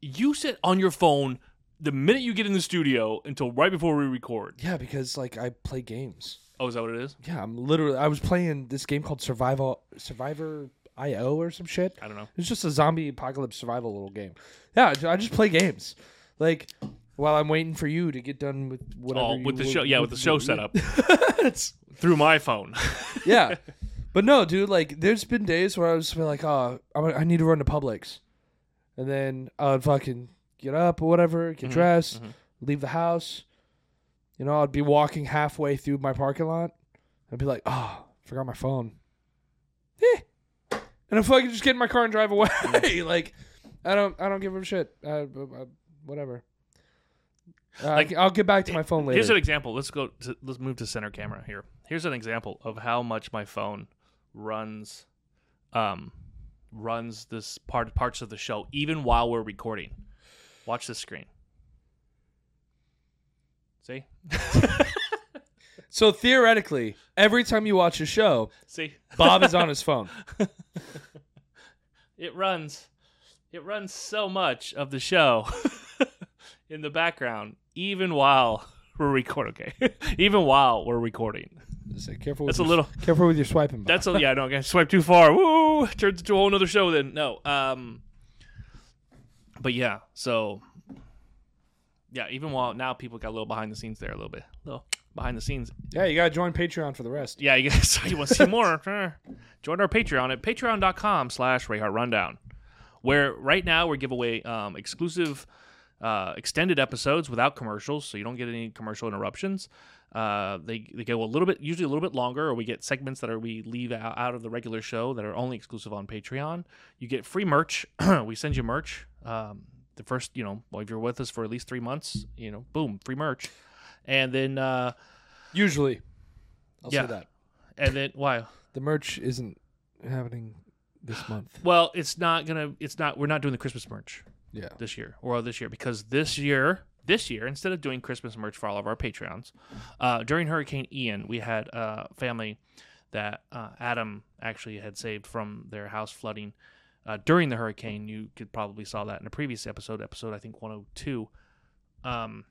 Speaker 1: you sit on your phone the minute you get in the studio until right before we record.
Speaker 2: Yeah, because like I play games.
Speaker 1: Oh, is that what it is?
Speaker 2: Yeah, I'm literally. I was playing this game called Survival Survivor IO or some shit.
Speaker 1: I don't know.
Speaker 2: It's just a zombie apocalypse survival little game. Yeah, I just play games. Like while I'm waiting for you to get done with whatever.
Speaker 1: Oh,
Speaker 2: you
Speaker 1: with the
Speaker 2: were-
Speaker 1: show, yeah, with the show set up
Speaker 2: It's-
Speaker 1: through my phone.
Speaker 2: yeah, but no, dude. Like, there's been days where I was been like, oh, I'm, I need to run to Publix, and then I'd fucking get up or whatever,
Speaker 1: Mm-hmm.
Speaker 2: get dressed, leave the house. You know, I'd be walking halfway through my parking lot. I'd be like, oh, forgot my phone. Eh. And I fucking just get in my car and drive away.
Speaker 1: Mm-hmm.
Speaker 2: like, I don't, I don't give a shit. I, I, whatever. Uh,
Speaker 1: Like-
Speaker 2: I'll get back to my phone later.
Speaker 1: Here's an example. Let's go. To, let's move to center camera here. Here's an example of how much my phone runs, um, runs this part parts of the show even while we're recording. Watch this screen. See,
Speaker 2: so theoretically, every time you watch a show,
Speaker 1: see,
Speaker 2: Bob is on his phone.
Speaker 1: it runs it runs so much of the show in the background even while we're recording okay even while we're recording
Speaker 2: Say, careful with
Speaker 1: that's a
Speaker 2: your,
Speaker 1: little
Speaker 2: careful with your swiping. Bob.
Speaker 1: that's a yeah no i swipe too far woo turns into a whole nother show then no um but yeah so yeah even while now people got a little behind the scenes there a little bit a little behind the scenes
Speaker 2: yeah, you gotta join Patreon for the rest.
Speaker 1: yeah, you guys, you want to see more? eh, Join our Patreon at patreon.com slash Rayhart Rundown, where right now we give away um, exclusive uh, extended episodes without commercials, so you don't get any commercial interruptions. Uh, they, they go a little bit, usually a little bit longer, or we get segments that are we leave out, out of the regular show that are only exclusive on Patreon. You get free merch. we send you merch. Um, the first, you know, well, if you're with us for at least three months, you know, boom, free merch. And then, uh,
Speaker 2: Usually, I'll
Speaker 1: Yeah.
Speaker 2: say that
Speaker 1: and then, why?
Speaker 2: the merch isn't happening this month.
Speaker 1: Well, it's not gonna. It's not. We're not doing the Christmas merch
Speaker 2: Yeah,
Speaker 1: this year, or this year, because this year, this year, instead of doing Christmas merch for all of our Patreons, uh, during Hurricane Ian, we had a uh, family that uh, Adam actually had saved from their house flooding uh, during the hurricane. You could probably saw that in a previous episode, episode I think 102. Um,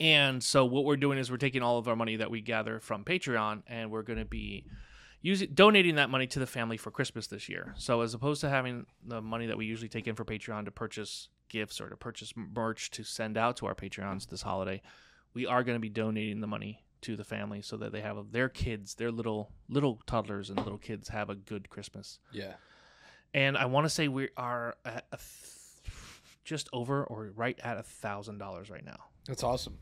Speaker 1: and so what we're doing is we're taking all of our money that we gather from Patreon and we're going to be using donating that money to the family for Christmas this year. So as opposed to having the money that we usually take in for Patreon to purchase gifts or to purchase merch to send out to our Patreons this holiday, we are going to be donating the money to the family so that they have their kids, their little little toddlers and little kids have a good Christmas.
Speaker 2: Yeah.
Speaker 1: And I want to say we are at a th- just over or right at a thousand dollars right now.
Speaker 2: That's awesome.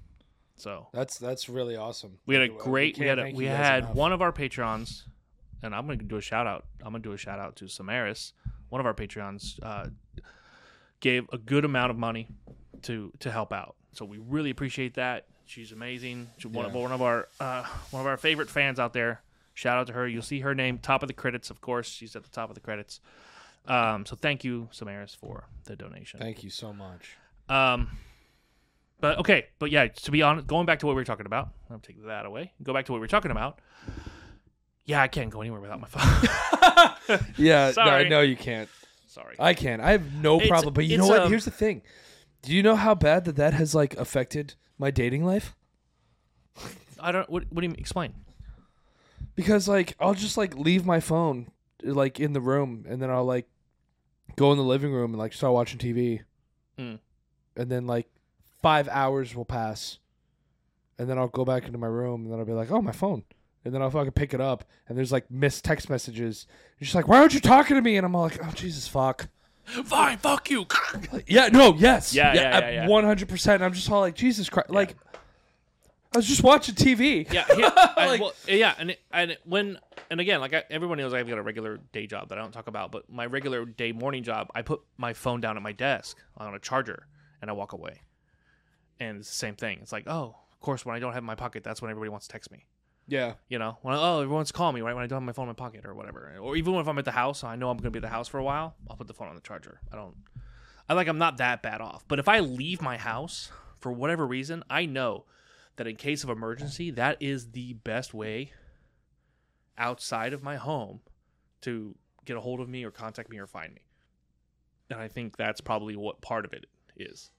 Speaker 1: So
Speaker 2: That's that's really awesome.
Speaker 1: we had a
Speaker 2: Well,
Speaker 1: great. We,
Speaker 2: can't
Speaker 1: had a,
Speaker 2: thank
Speaker 1: we
Speaker 2: you guys
Speaker 1: had
Speaker 2: enough.
Speaker 1: one of our patrons, and I'm gonna do a shout out. I'm gonna do a shout out to Samaris. One of our patrons uh, gave a good amount of money to to help out, so we really appreciate that. She's amazing. She's one, of,
Speaker 2: Yeah.
Speaker 1: one of our uh, one of our favorite fans out there. Shout out to her. You'll see her name top of the credits, of course. She's at the top of the credits. Um, so thank you, Samaris, for the donation.
Speaker 2: Thank you so much.
Speaker 1: Um, but okay, but yeah, to be honest, going back to what we were talking about, I'll take that away. Go back to what we were talking about. Yeah, I can't go anywhere without my phone.
Speaker 2: Yeah.
Speaker 1: no, Sorry.
Speaker 2: No,
Speaker 1: no,
Speaker 2: you can't.
Speaker 1: Sorry.
Speaker 2: I can. I have no
Speaker 1: It's-
Speaker 2: problem. But you know
Speaker 1: it's,
Speaker 2: what?
Speaker 1: um,
Speaker 2: Here's the thing. Do you know how bad that that has like affected my dating life?
Speaker 1: I don't. What, what do you mean? Explain.
Speaker 2: Because like I'll just like leave my phone like in the room, and then I'll like go in the living room and like start watching TV,
Speaker 1: Mm.
Speaker 2: and then like five hours will pass, and then I'll go back into my room, and then I'll be like, oh my phone. And then I'll fucking pick it up, and there's like missed text messages. You're just like, why aren't you talking to me? And I'm all like, oh Jesus, fuck.
Speaker 1: Fine. Fuck you.
Speaker 2: Yeah, no, yes.
Speaker 1: Yeah, yeah, yeah, yeah.
Speaker 2: One hundred percent. I'm just all like, Jesus Christ. Like I was just watching TV.
Speaker 1: yeah. Here, I-
Speaker 2: Like-
Speaker 1: well, yeah. And it, and it- when and again, like I, everyone knows, I've got a regular day job that I don't talk about. But my regular day morning job, I put my phone down at my desk on a charger and I walk away. And it's the same thing. It's like, oh, of course, when I don't have it in my pocket, that's when everybody wants to text me.
Speaker 2: Yeah.
Speaker 1: You know, when I, oh everyone's calling me right when I don't have my phone in my pocket or whatever, or even if I'm at the house, I know I'm gonna be at the house for a while. I'll put the phone on the charger. I don't, I like I'm not that bad off. But if I leave my house for whatever reason, I know that in case of emergency, that is the best way outside of my home to get a hold of me or contact me or find me. And I think that's probably what part of it is,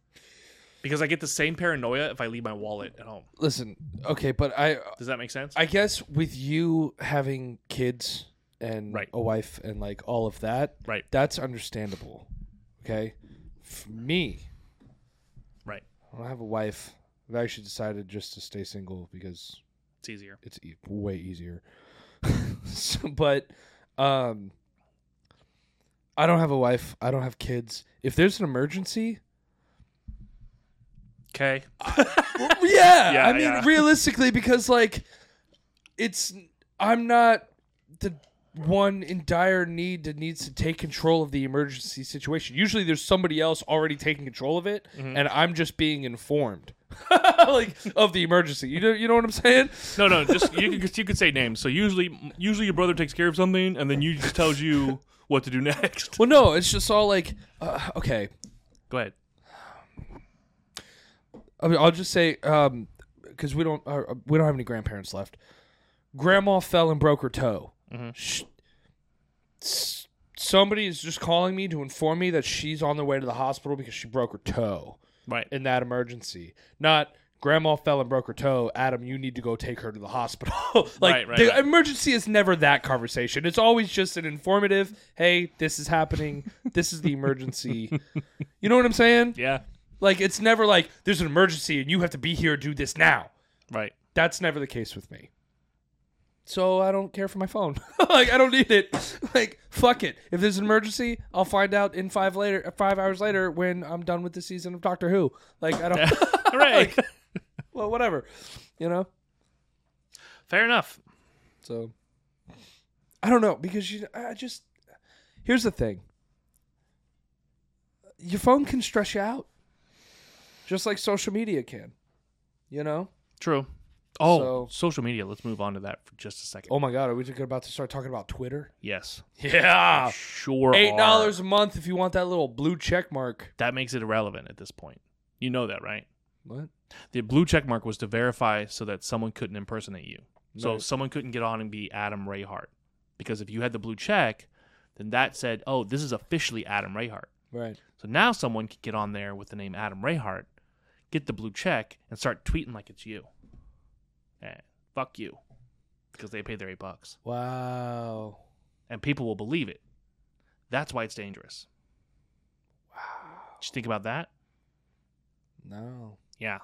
Speaker 1: because I get the same paranoia if I leave my wallet at home.
Speaker 2: Listen, okay, but I
Speaker 1: Does that make sense?
Speaker 2: I guess with you having kids and
Speaker 1: Right.
Speaker 2: a wife and like all of that,
Speaker 1: right.
Speaker 2: that's understandable. Okay? For me,
Speaker 1: Right.
Speaker 2: I don't have a wife. I've actually decided just to stay single because
Speaker 1: It's easier.
Speaker 2: it's e- way easier. so, but um I don't have a wife. I don't have kids. If there's an emergency,
Speaker 1: Okay.
Speaker 2: yeah,
Speaker 1: Yeah,
Speaker 2: I mean
Speaker 1: yeah.
Speaker 2: realistically because like it's I'm not the one in dire need that needs to take control of the emergency situation. Usually there's somebody else already taking control of it
Speaker 1: Mm-hmm.
Speaker 2: and I'm just being informed like of the emergency. You know you know what I'm saying?
Speaker 1: No, no, just you could you could say names. So usually, usually your brother takes care of something, and then you just tells you what to do next.
Speaker 2: Well no, it's just all like uh, okay,
Speaker 1: Go ahead.
Speaker 2: I mean, I'll just say because we don't uh, we don't have any grandparents left. Grandma fell and broke her toe.
Speaker 1: Mm-hmm.
Speaker 2: Sh- s- somebody is just calling me to inform me that she's on their way to the hospital because she broke her toe
Speaker 1: Right.
Speaker 2: in that emergency. Not grandma fell and broke her toe. Adam, you need to go take her to the hospital. like
Speaker 1: Right, right,
Speaker 2: the
Speaker 1: right.
Speaker 2: emergency is never that conversation. It's always just an informative. Hey, this is happening. this is the emergency. you know what I'm saying?
Speaker 1: Yeah.
Speaker 2: Like it's never like there's an emergency and you have to be here do this now.
Speaker 1: Right.
Speaker 2: That's never the case with me. So I don't care for my phone. like I don't need it. Like fuck it. If there's an emergency, I'll find out in 5 later 5 hours later when I'm done with the season of Doctor Who. Like I don't
Speaker 1: Right.
Speaker 2: well whatever. You know?
Speaker 1: Fair enough.
Speaker 2: So I don't know because you I just here's the thing. Your phone can stress you out. Just like social media can. You know?
Speaker 1: True. Oh,
Speaker 2: So-
Speaker 1: social media. Let's move on to that for just a second.
Speaker 2: Oh my god, are we about to start talking about Twitter?
Speaker 1: Yes.
Speaker 2: Yeah.
Speaker 1: Sure.
Speaker 2: Eight
Speaker 1: are.
Speaker 2: dollars a month if you want that little blue check mark.
Speaker 1: That makes it irrelevant at this point. You know that, right?
Speaker 2: What?
Speaker 1: The blue check mark was to verify so that someone couldn't impersonate you. So
Speaker 2: Right.
Speaker 1: someone couldn't get on and be Adam Rayhart because if you had the blue check, then that said, oh, this is officially Adam Rayhart.
Speaker 2: Right.
Speaker 1: So now someone could get on there with the name Adam Rayhart, get the blue check, and start tweeting like it's you. Eh, fuck you, because they paid their eight bucks,
Speaker 2: Wow.
Speaker 1: and people will believe it. That's why it's dangerous. Wow. Did you think about that?
Speaker 2: No.
Speaker 1: Yeah.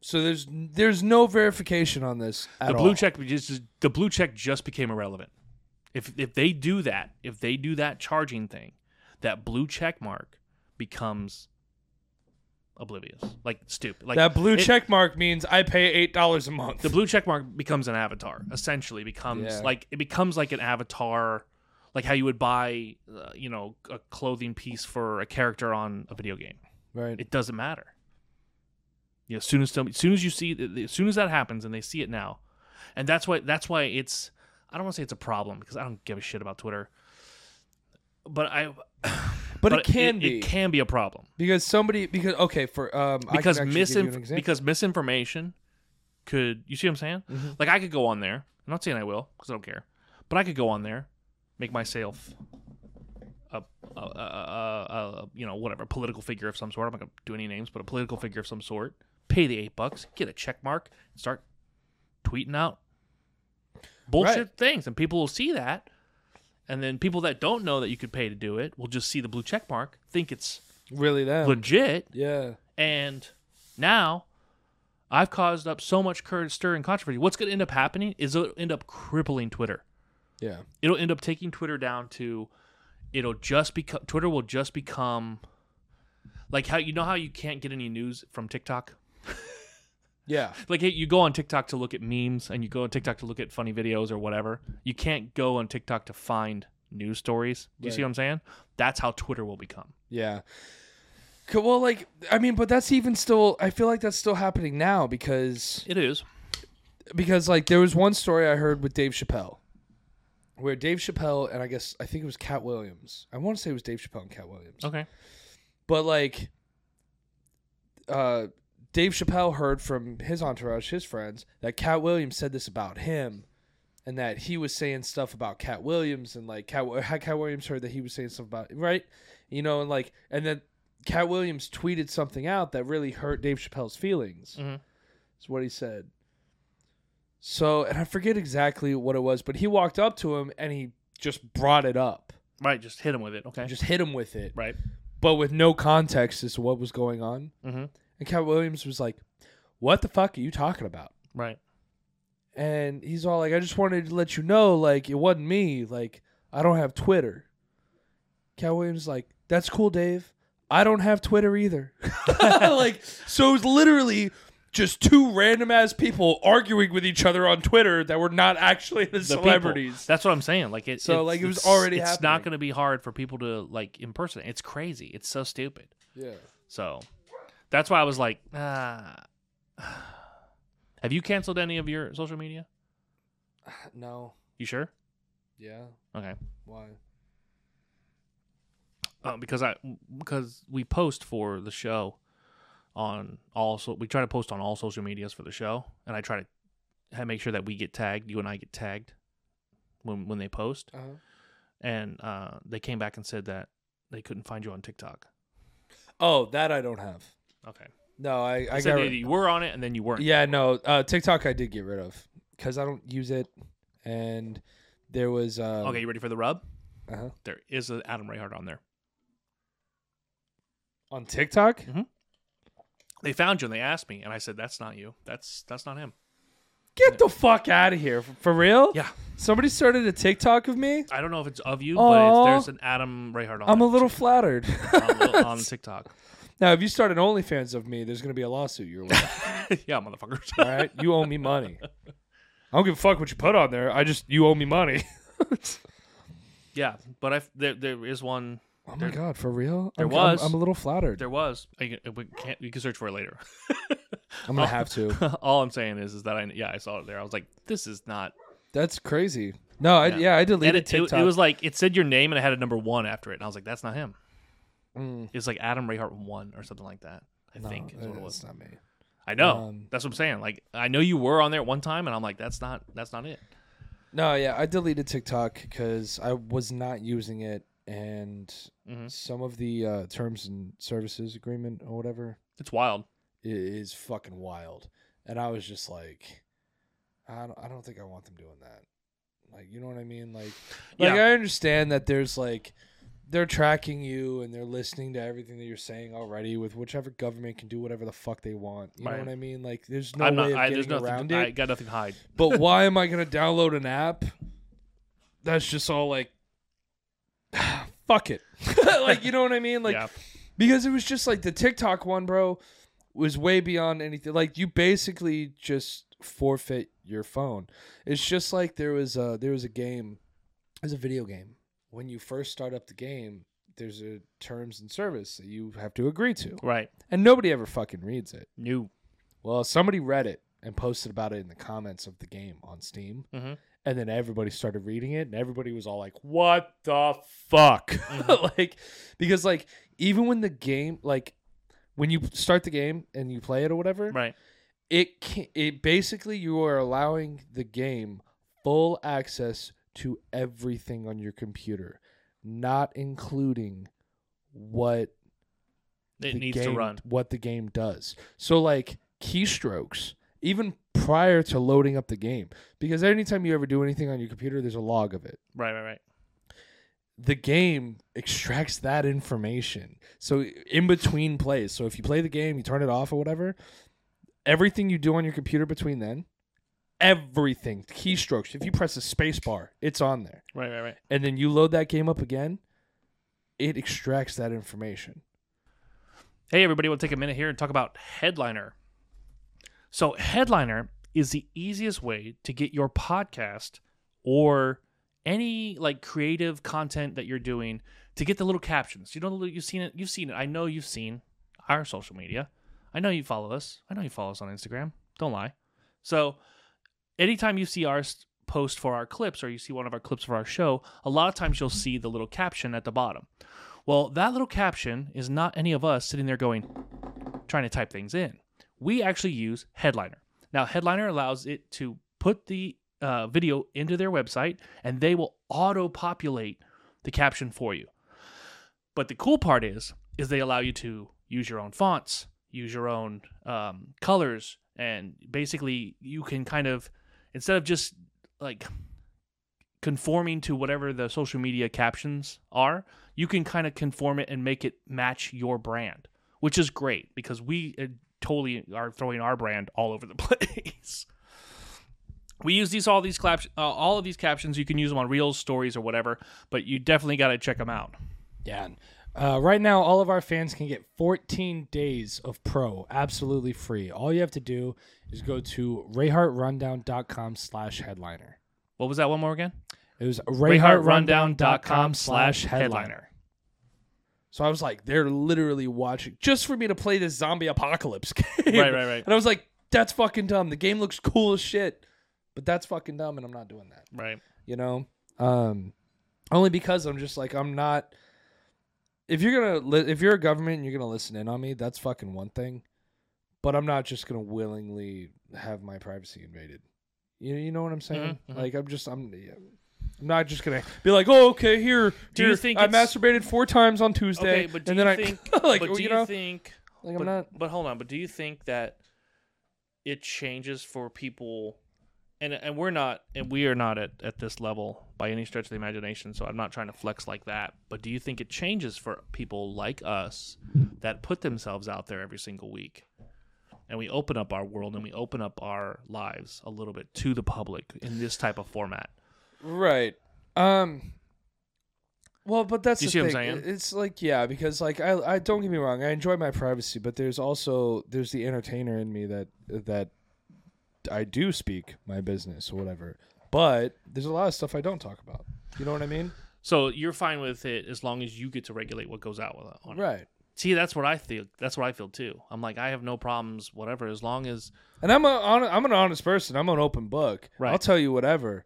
Speaker 2: So there's there's no verification on this at
Speaker 1: the blue
Speaker 2: all.
Speaker 1: check just the blue check just became irrelevant. If if they do that, if they do that charging thing, that blue check mark becomes oblivious, like stupid. Like
Speaker 2: that blue
Speaker 1: it-
Speaker 2: check mark means I pay eight dollars a month.
Speaker 1: the blue check mark becomes an avatar. Essentially, becomes
Speaker 2: Yeah.
Speaker 1: like it becomes like an avatar, like how you would buy, uh, you know, a clothing piece for a character on a video game.
Speaker 2: right.
Speaker 1: It doesn't matter. You know, as soon as some- as soon as you see, as soon as that happens, and they see it now, and that's why that's why it's. I don't want to say it's a problem because I don't give a shit about Twitter, but I.
Speaker 2: but, it can be
Speaker 1: It can be a problem
Speaker 2: because somebody because okay for um I can
Speaker 1: because
Speaker 2: actually give you an
Speaker 1: misin-
Speaker 2: example. Mm-hmm.
Speaker 1: because misinformation could you see what I'm saying? Like I could go on there. I'm not saying I will because I don't care, but I could go on there, make myself a, a, a, a, a you know whatever political figure of some sort. I'm not gonna do any names, but a political figure of some sort. Pay the eight bucks, get a check mark, and start tweeting out bullshit
Speaker 2: Right.
Speaker 1: things, and people will see that. And then people that don't know that you could pay to do it will just see the blue check mark, think it's
Speaker 2: really them
Speaker 1: legit,
Speaker 2: yeah
Speaker 1: and now I've caused up so much cur- stir and controversy. What's going to end up happening is it'll end up crippling Twitter.
Speaker 2: yeah
Speaker 1: It'll end up taking Twitter down to it'll just become Twitter will just become like how you know how you can't get any news from TikTok.
Speaker 2: yeah
Speaker 1: Like hey, you go on TikTok to look at memes and you go on TikTok to look at funny videos or whatever. You can't go on TikTok to find news stories. Do you see
Speaker 2: Right.
Speaker 1: what I'm saying? That's how Twitter will become.
Speaker 2: yeah. Co- Well, like I mean, but that's even still. I feel like that's still happening now because
Speaker 1: It is.
Speaker 2: because like there was one story I heard with Dave Chappelle, where Dave Chappelle and I guess I think it was Cat Williams. I want to say it was Dave Chappelle and Cat Williams.
Speaker 1: Okay.
Speaker 2: But like, uh, Dave Chappelle heard from his entourage, his friends, that Cat Williams said this about him, and that he was saying stuff about Cat Williams, and like Cat, how Cat Williams heard that he was saying stuff about right, you know, and like, and then Cat Williams tweeted something out that really hurt Dave Chappelle's feelings.
Speaker 1: Mhm.
Speaker 2: Is what he said. So, and I forget exactly what it was, but he walked up to him and he just brought it up,
Speaker 1: Right, just hit him with it, okay?
Speaker 2: just hit him with it
Speaker 1: right.
Speaker 2: but with no context as to what was going on.
Speaker 1: Mhm.
Speaker 2: And Cat Williams was like, "What the fuck are you talking about?"
Speaker 1: Right.
Speaker 2: And he's all like, "I just wanted to let you know, like, it wasn't me. Like, I don't have Twitter." Cat Williams is like, "That's cool, Dave. I don't have Twitter either." like, so it's literally just two random ass people arguing with each other on Twitter that were not actually the,
Speaker 1: the people.
Speaker 2: celebrities.
Speaker 1: That's what I'm saying. Like it.
Speaker 2: So,
Speaker 1: it's-
Speaker 2: like, it was
Speaker 1: it's-
Speaker 2: already
Speaker 1: It's
Speaker 2: happening.
Speaker 1: not going to be hard for people to like impersonate. It's crazy. It's so stupid.
Speaker 2: Yeah.
Speaker 1: So that's why I was like, ah. Have you canceled any of your social media?
Speaker 2: No.
Speaker 1: You sure?
Speaker 2: Yeah.
Speaker 1: Okay.
Speaker 2: Why?
Speaker 1: Uh, because I because we post for the show on all so we try to post on all social medias for the show, and I try to ha- make sure that we get tagged. You and I get tagged when when they post.
Speaker 2: Uh-huh.
Speaker 1: and uh, they came back and said that they couldn't find you on TikTok.
Speaker 2: Oh, that I don't have.
Speaker 1: Okay,
Speaker 2: No, I, I
Speaker 1: I said
Speaker 2: got
Speaker 1: that
Speaker 2: rid-
Speaker 1: you were on it and then you weren't.
Speaker 2: Yeah, no, uh, TikTok I did get rid of because I don't use it, and there was um,
Speaker 1: Okay, you ready for the rub?
Speaker 2: uh-huh.
Speaker 1: There is an Adam Rayhart on there.
Speaker 2: on TikTok.
Speaker 1: They found you and they asked me, and I said, "That's not you. That's that's not him."
Speaker 2: Get the fuck out of here for, for real.
Speaker 1: Yeah,
Speaker 2: somebody started a TikTok of me.
Speaker 1: I don't know if it's of you,
Speaker 2: Aw.
Speaker 1: but it's, there's an Adam Rayhart on.
Speaker 2: I'm a
Speaker 1: there,
Speaker 2: little flattered.
Speaker 1: on, on TikTok.
Speaker 2: now, if you start an OnlyFans of me, there's gonna be a lawsuit. You're aware.
Speaker 1: yeah, motherfuckers.
Speaker 2: all right. You owe me money. I don't give a fuck what you put on there. I just you owe me money.
Speaker 1: yeah, but I there there is one.
Speaker 2: Oh my god, for real? There I'm,
Speaker 1: was.
Speaker 2: I'm, I'm a little flattered.
Speaker 1: There was. I, can- we can't. You can search for it later.
Speaker 2: I'm gonna have to.
Speaker 1: All I'm saying is, is that I yeah I saw it there. I was like, this is not
Speaker 2: That's crazy. No, I, yeah. I
Speaker 1: And
Speaker 2: deleted
Speaker 1: it, it,
Speaker 2: TikTok.
Speaker 1: it was like it said your name and it had a number one after it, and I was like, "That's not him." It's like Adam Rayhart one or something like that. I
Speaker 2: Mm. No, uh,
Speaker 1: think is what it was.
Speaker 2: it's not me.
Speaker 1: I know.
Speaker 2: Um,
Speaker 1: that's what I'm saying. Like I know you were on there at one time, and I'm like, that's not that's not it.
Speaker 2: No, yeah, I deleted TikTok because I was not using it, and
Speaker 1: Mhm.
Speaker 2: some of the uh, terms and services agreement or whatever
Speaker 1: It's wild.
Speaker 2: i- is fucking wild. And I was just like, I don't, I don't think I want them doing that. Like, you know what I mean? Like,
Speaker 1: Yeah.
Speaker 2: like I understand that there's like they're tracking you and they're listening to everything that you're saying already. With whichever government can do whatever the fuck they want. You
Speaker 1: Right.
Speaker 2: know what I mean? Like, there's no
Speaker 1: I'm
Speaker 2: way
Speaker 1: not.
Speaker 2: of
Speaker 1: I, there's
Speaker 2: getting
Speaker 1: nothing.
Speaker 2: around it
Speaker 1: I got nothing to hide.
Speaker 2: but why am I gonna download an app that's just all like fuck it. like you know what I mean? Like
Speaker 1: yeah.
Speaker 2: because it was just like the TikTok one, bro, was way beyond anything. Like you basically just forfeit your phone. It's just like there was a there was a game, there's a video game. When you first start up the game, there's a terms and service that you have to agree to.
Speaker 1: Right.
Speaker 2: And nobody ever fucking reads it.
Speaker 1: New.
Speaker 2: Well, somebody read it and posted about it in the comments of the game on Steam.
Speaker 1: Mhm.
Speaker 2: And then everybody started reading it, and everybody was all like, what the fuck? like, because, like, even when the game, like, when you start the game and you play it or whatever,
Speaker 1: Right.
Speaker 2: it can, it basically you are allowing the game full access to everything on your computer, not including what
Speaker 1: It
Speaker 2: the
Speaker 1: needs
Speaker 2: game-
Speaker 1: to run.
Speaker 2: what the game does. So like keystrokes, even prior to loading up the game, because anytime you ever do anything on your computer, there's a log of it.
Speaker 1: Right. Right. Right.
Speaker 2: The game extracts that information. So in between plays, so if you play the game, you turn it off or whatever, everything you do on your computer between then, everything keystrokes. If you press the space bar, it's on there
Speaker 1: Right. Right. Right.
Speaker 2: and then you load that game up again, it extracts that information.
Speaker 1: Hey, everybody, we'll take a minute here and talk about Headliner. So, Headliner is the easiest way to get your podcast or any like creative content that you're doing to get the little captions. You know, the little- you've seen it. You've seen it. I know you've seen our social media. I know you follow us. I know you follow us on Instagram. Don't lie. So, anytime you see our s- post for our clips or you see one of our clips for our show, a lot of times you'll see the little caption at the bottom. Well, that little caption is not any of us sitting there going, trying to type things in. We actually use Headliner. Now, Headliner allows it to put the uh, video into their website and they will auto populate the caption for you. But the cool part is, is they allow you to use your own fonts, use your own um, colors, and basically you can kind of, instead of just like conforming to whatever the social media captions are, you can kind of conform it and make it match your brand, which is great because we uh, totally are throwing our brand all over the place. We use these all these claps, uh, all of these captions. You can use them on reels, stories, or whatever, but you definitely got to check them out.
Speaker 3: Yeah. Uh, right now, all of our fans can get 14 days of pro absolutely free. All you have to do is go to rayhartrundown.com slash headliner.
Speaker 1: What was that one more again?
Speaker 3: It was
Speaker 1: rayhartrundown.com
Speaker 3: rayhartrundown.com slash headliner.
Speaker 2: So I was like, they're literally watching just for me to play this zombie apocalypse game.
Speaker 1: Right, right, right.
Speaker 2: And I was like, that's fucking dumb. The game looks cool as shit, but that's fucking dumb, and I'm not doing that.
Speaker 1: Right.
Speaker 2: You know, um, only because I'm just like, I'm not. If you're gonna, li- if you're a government and you're gonna listen in on me, that's fucking one thing. But I'm not just gonna willingly have my privacy invaded. You you know what I'm saying?
Speaker 1: Mhm, mhm.
Speaker 2: Like I'm just I'm. yeah, I'm not just gonna be like, oh, okay, here.
Speaker 1: Do you
Speaker 2: here,
Speaker 1: think
Speaker 2: I
Speaker 1: it's-
Speaker 2: masturbated four times on Tuesday,
Speaker 1: Okay, but do
Speaker 2: and
Speaker 1: you
Speaker 2: then I
Speaker 1: think?
Speaker 2: like,
Speaker 1: but
Speaker 2: well,
Speaker 1: do
Speaker 2: you
Speaker 1: you,
Speaker 2: know,
Speaker 1: think?
Speaker 2: like
Speaker 1: but,
Speaker 2: I'm not.
Speaker 1: but hold on. But do you think that it changes for people? And and we're not and we are not at, at this level by any stretch of the imagination. So I'm not trying to flex like that. But do you think it changes for people like us that put themselves out there every single week? And we open up our world and we open up our lives a little bit to the public in this type of format.
Speaker 2: Right. Um. Well, but that's
Speaker 1: You
Speaker 2: the
Speaker 1: see what I'm
Speaker 2: thing.
Speaker 1: saying?
Speaker 2: It- It's like yeah, because like I, I don't get me wrong, I enjoy my privacy, but there's also there's the entertainer in me that that I do speak my business or whatever. But there's a lot of stuff I don't talk about. You know what I mean?
Speaker 1: So you're fine with it as long as you get to regulate what goes out with it. on it.
Speaker 2: Right.
Speaker 1: See, that's what I feel. That's what I feel too. I'm like, I have no problems, whatever, as long as
Speaker 2: And I'm a hon- I'm an honest person. I'm an open book.
Speaker 1: Right.
Speaker 2: I'll tell you whatever.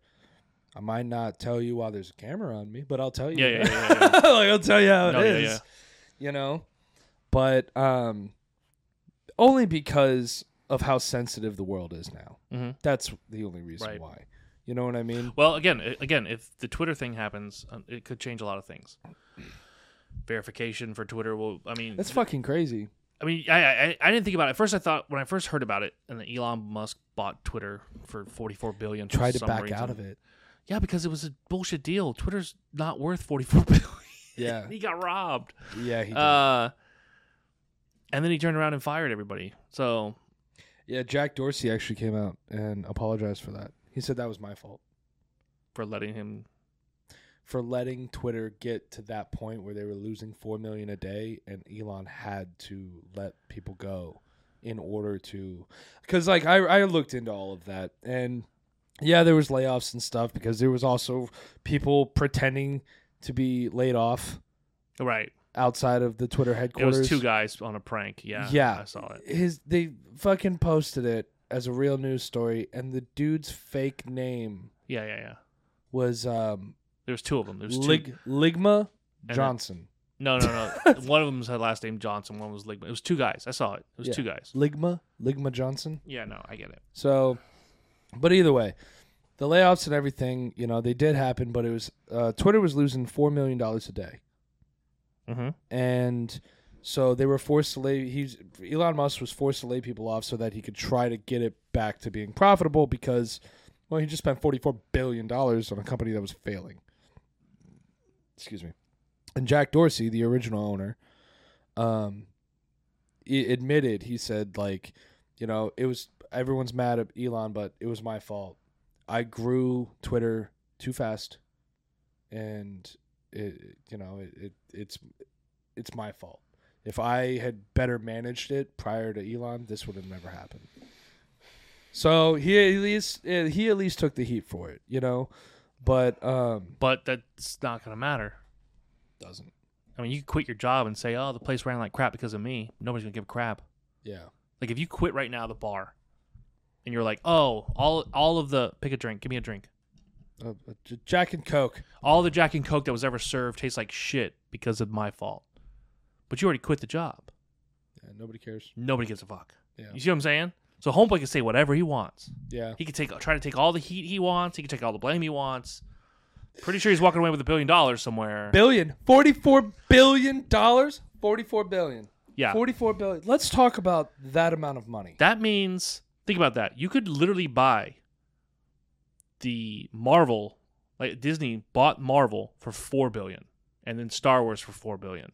Speaker 2: I might not tell you while there's a camera on me, but I'll tell you.
Speaker 1: Yeah, yeah,
Speaker 2: whatever.
Speaker 1: yeah, yeah,
Speaker 2: like I'll tell you how it is.
Speaker 1: No, Oh, yeah, yeah.
Speaker 2: You know? But um only because of how sensitive the world is now.
Speaker 1: Mhm.
Speaker 2: That's the only reason
Speaker 1: Right.
Speaker 2: why. You know what I mean?
Speaker 1: Well, again, a- again, if the Twitter thing happens, um, it could change a lot of things. Verification for Twitter will. I mean,
Speaker 2: That's fucking crazy.
Speaker 1: I mean, I, I I didn't think about it. At first, I thought when I first heard about it, and then Elon Musk bought Twitter for forty four billion. for
Speaker 2: Tried to
Speaker 1: some
Speaker 2: back
Speaker 1: reason.
Speaker 2: out of it.
Speaker 1: Yeah, because it was a bullshit deal. Twitter's not worth forty four billion.
Speaker 2: Yeah.
Speaker 1: he got robbed.
Speaker 2: Yeah, he did.
Speaker 1: Uh, and then he turned around and fired everybody. So
Speaker 2: yeah, Jack Dorsey actually came out and apologized for that. He said that was my fault
Speaker 1: for letting him,
Speaker 2: for letting Twitter get to that point where they were losing 4 million a day and Elon had to let people go in order to cuz like I I looked into all of that and yeah, there was layoffs and stuff because there was also people pretending to be laid off
Speaker 1: right?
Speaker 2: outside of the Twitter
Speaker 1: It
Speaker 2: headquarters.
Speaker 1: was two guys on a prank. Yeah,
Speaker 2: Yeah.
Speaker 1: I saw it.
Speaker 2: his they fucking posted it as a real news story and the dude's fake name
Speaker 1: Yeah, yeah, yeah.
Speaker 2: was um
Speaker 1: There was two of them. There was two.
Speaker 2: Lig- Ligma
Speaker 1: then-
Speaker 2: Johnson.
Speaker 1: No, no, no. one of them's had last name Johnson. One was Ligma. It was two guys. I saw it. It was
Speaker 2: Yeah.
Speaker 1: two guys.
Speaker 2: Ligma Ligma Johnson.
Speaker 1: Yeah, no, I get it.
Speaker 2: So but either way, the layoffs and everything, you know, they did happen, but it was uh, Twitter was losing 4 million dollars a day.
Speaker 1: Mm-hmm.
Speaker 2: And so they were forced to lay he's Elon Musk was forced to lay people off so that he could try to get it back to being profitable because well, he just spent 44 billion dollars on a company that was failing. excuse me, and Jack Dorsey, the original owner, um, he admitted he said like, you know, it was everyone's mad at Elon, but it was my fault. I grew Twitter too fast, and it, you know, it, it it's it's my fault. If I had better managed it prior to Elon, this would have never happened. So he at least eh, he at least took the heat for it, you know, but um,
Speaker 1: But that's not gonna matter.
Speaker 2: doesn't.
Speaker 1: I mean, you could quit your job and say, "Oh, the place ran like crap because of me." Nobody's gonna give a crap.
Speaker 2: Yeah.
Speaker 1: Like if you quit right now, the bar, and you're like, "Oh, all all of the pick a drink, give me a drink."
Speaker 2: Uh, uh, J- Jack and Coke.
Speaker 1: All the Jack and Coke that was ever served tastes like shit because of my fault. But you already quit the job.
Speaker 2: Yeah, nobody cares.
Speaker 1: Nobody gives a fuck.
Speaker 2: Yeah.
Speaker 1: You see what I'm saying? So Homeboy can say whatever he wants.
Speaker 2: Yeah.
Speaker 1: He can take try to take all the heat he wants. He can take all the blame he wants. Pretty sure he's walking away with a billion dollars somewhere.
Speaker 2: Billion. Forty-four billion dollars. Forty-four billion.
Speaker 1: yeah,
Speaker 2: Forty-four billion. Let's talk about that amount of money.
Speaker 1: that means think about that. You could literally buy the Marvel, like Disney bought Marvel for four billion, and then Star Wars for four billion.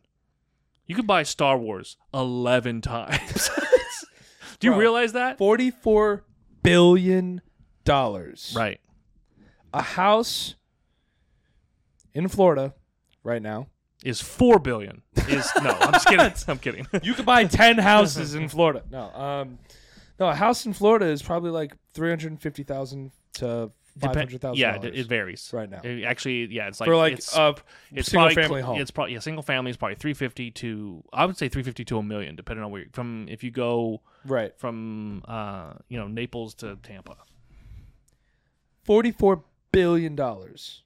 Speaker 1: You could buy Star Wars eleven times. Do you
Speaker 2: Bro.
Speaker 1: realize that?
Speaker 2: Forty-four billion dollars.
Speaker 1: Right.
Speaker 2: A house in Florida right now.
Speaker 1: Is four billion? Is no? I'm just kidding. I'm kidding.
Speaker 2: You could buy ten houses in Florida. No. Um. No, a house in Florida is probably like three hundred fifty thousand to five
Speaker 1: Depen-
Speaker 2: hundred thousand.
Speaker 1: Yeah, it, it varies
Speaker 2: right now.
Speaker 1: It actually, yeah, it's like
Speaker 2: for like
Speaker 1: it's,
Speaker 2: a
Speaker 1: it's
Speaker 2: single
Speaker 1: probably
Speaker 2: family
Speaker 1: cl-
Speaker 2: home.
Speaker 1: It's probably yeah, single family is probably three fifty to I would say three fifty to a million, depending on where you're from. If you go
Speaker 2: right.
Speaker 1: from uh you know Naples to Tampa,
Speaker 2: Forty-four billion dollars.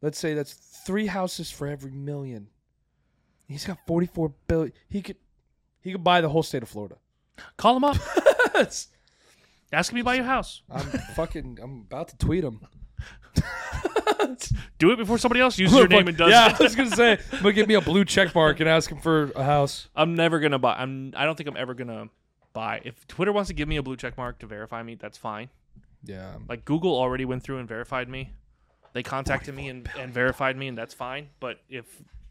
Speaker 2: Let's say that's three houses for every million. He's got forty-four billion. He could, he could buy the whole state of Florida.
Speaker 1: call them up. Ask me to buy your house.
Speaker 2: I'm fucking. I'm about to tweet him.
Speaker 1: Do it before somebody else uses your name and does
Speaker 2: yeah,
Speaker 1: it.
Speaker 2: I was gonna say, I'm gonna give me a blue check mark and ask him for a house.
Speaker 1: I'm never gonna buy. I'm. I don't think I'm ever gonna buy. If Twitter wants to give me a blue check mark to verify me, that's fine.
Speaker 2: Yeah,
Speaker 1: Like Google already went through and verified me. They contacted me and, and verified me, and that's fine. But if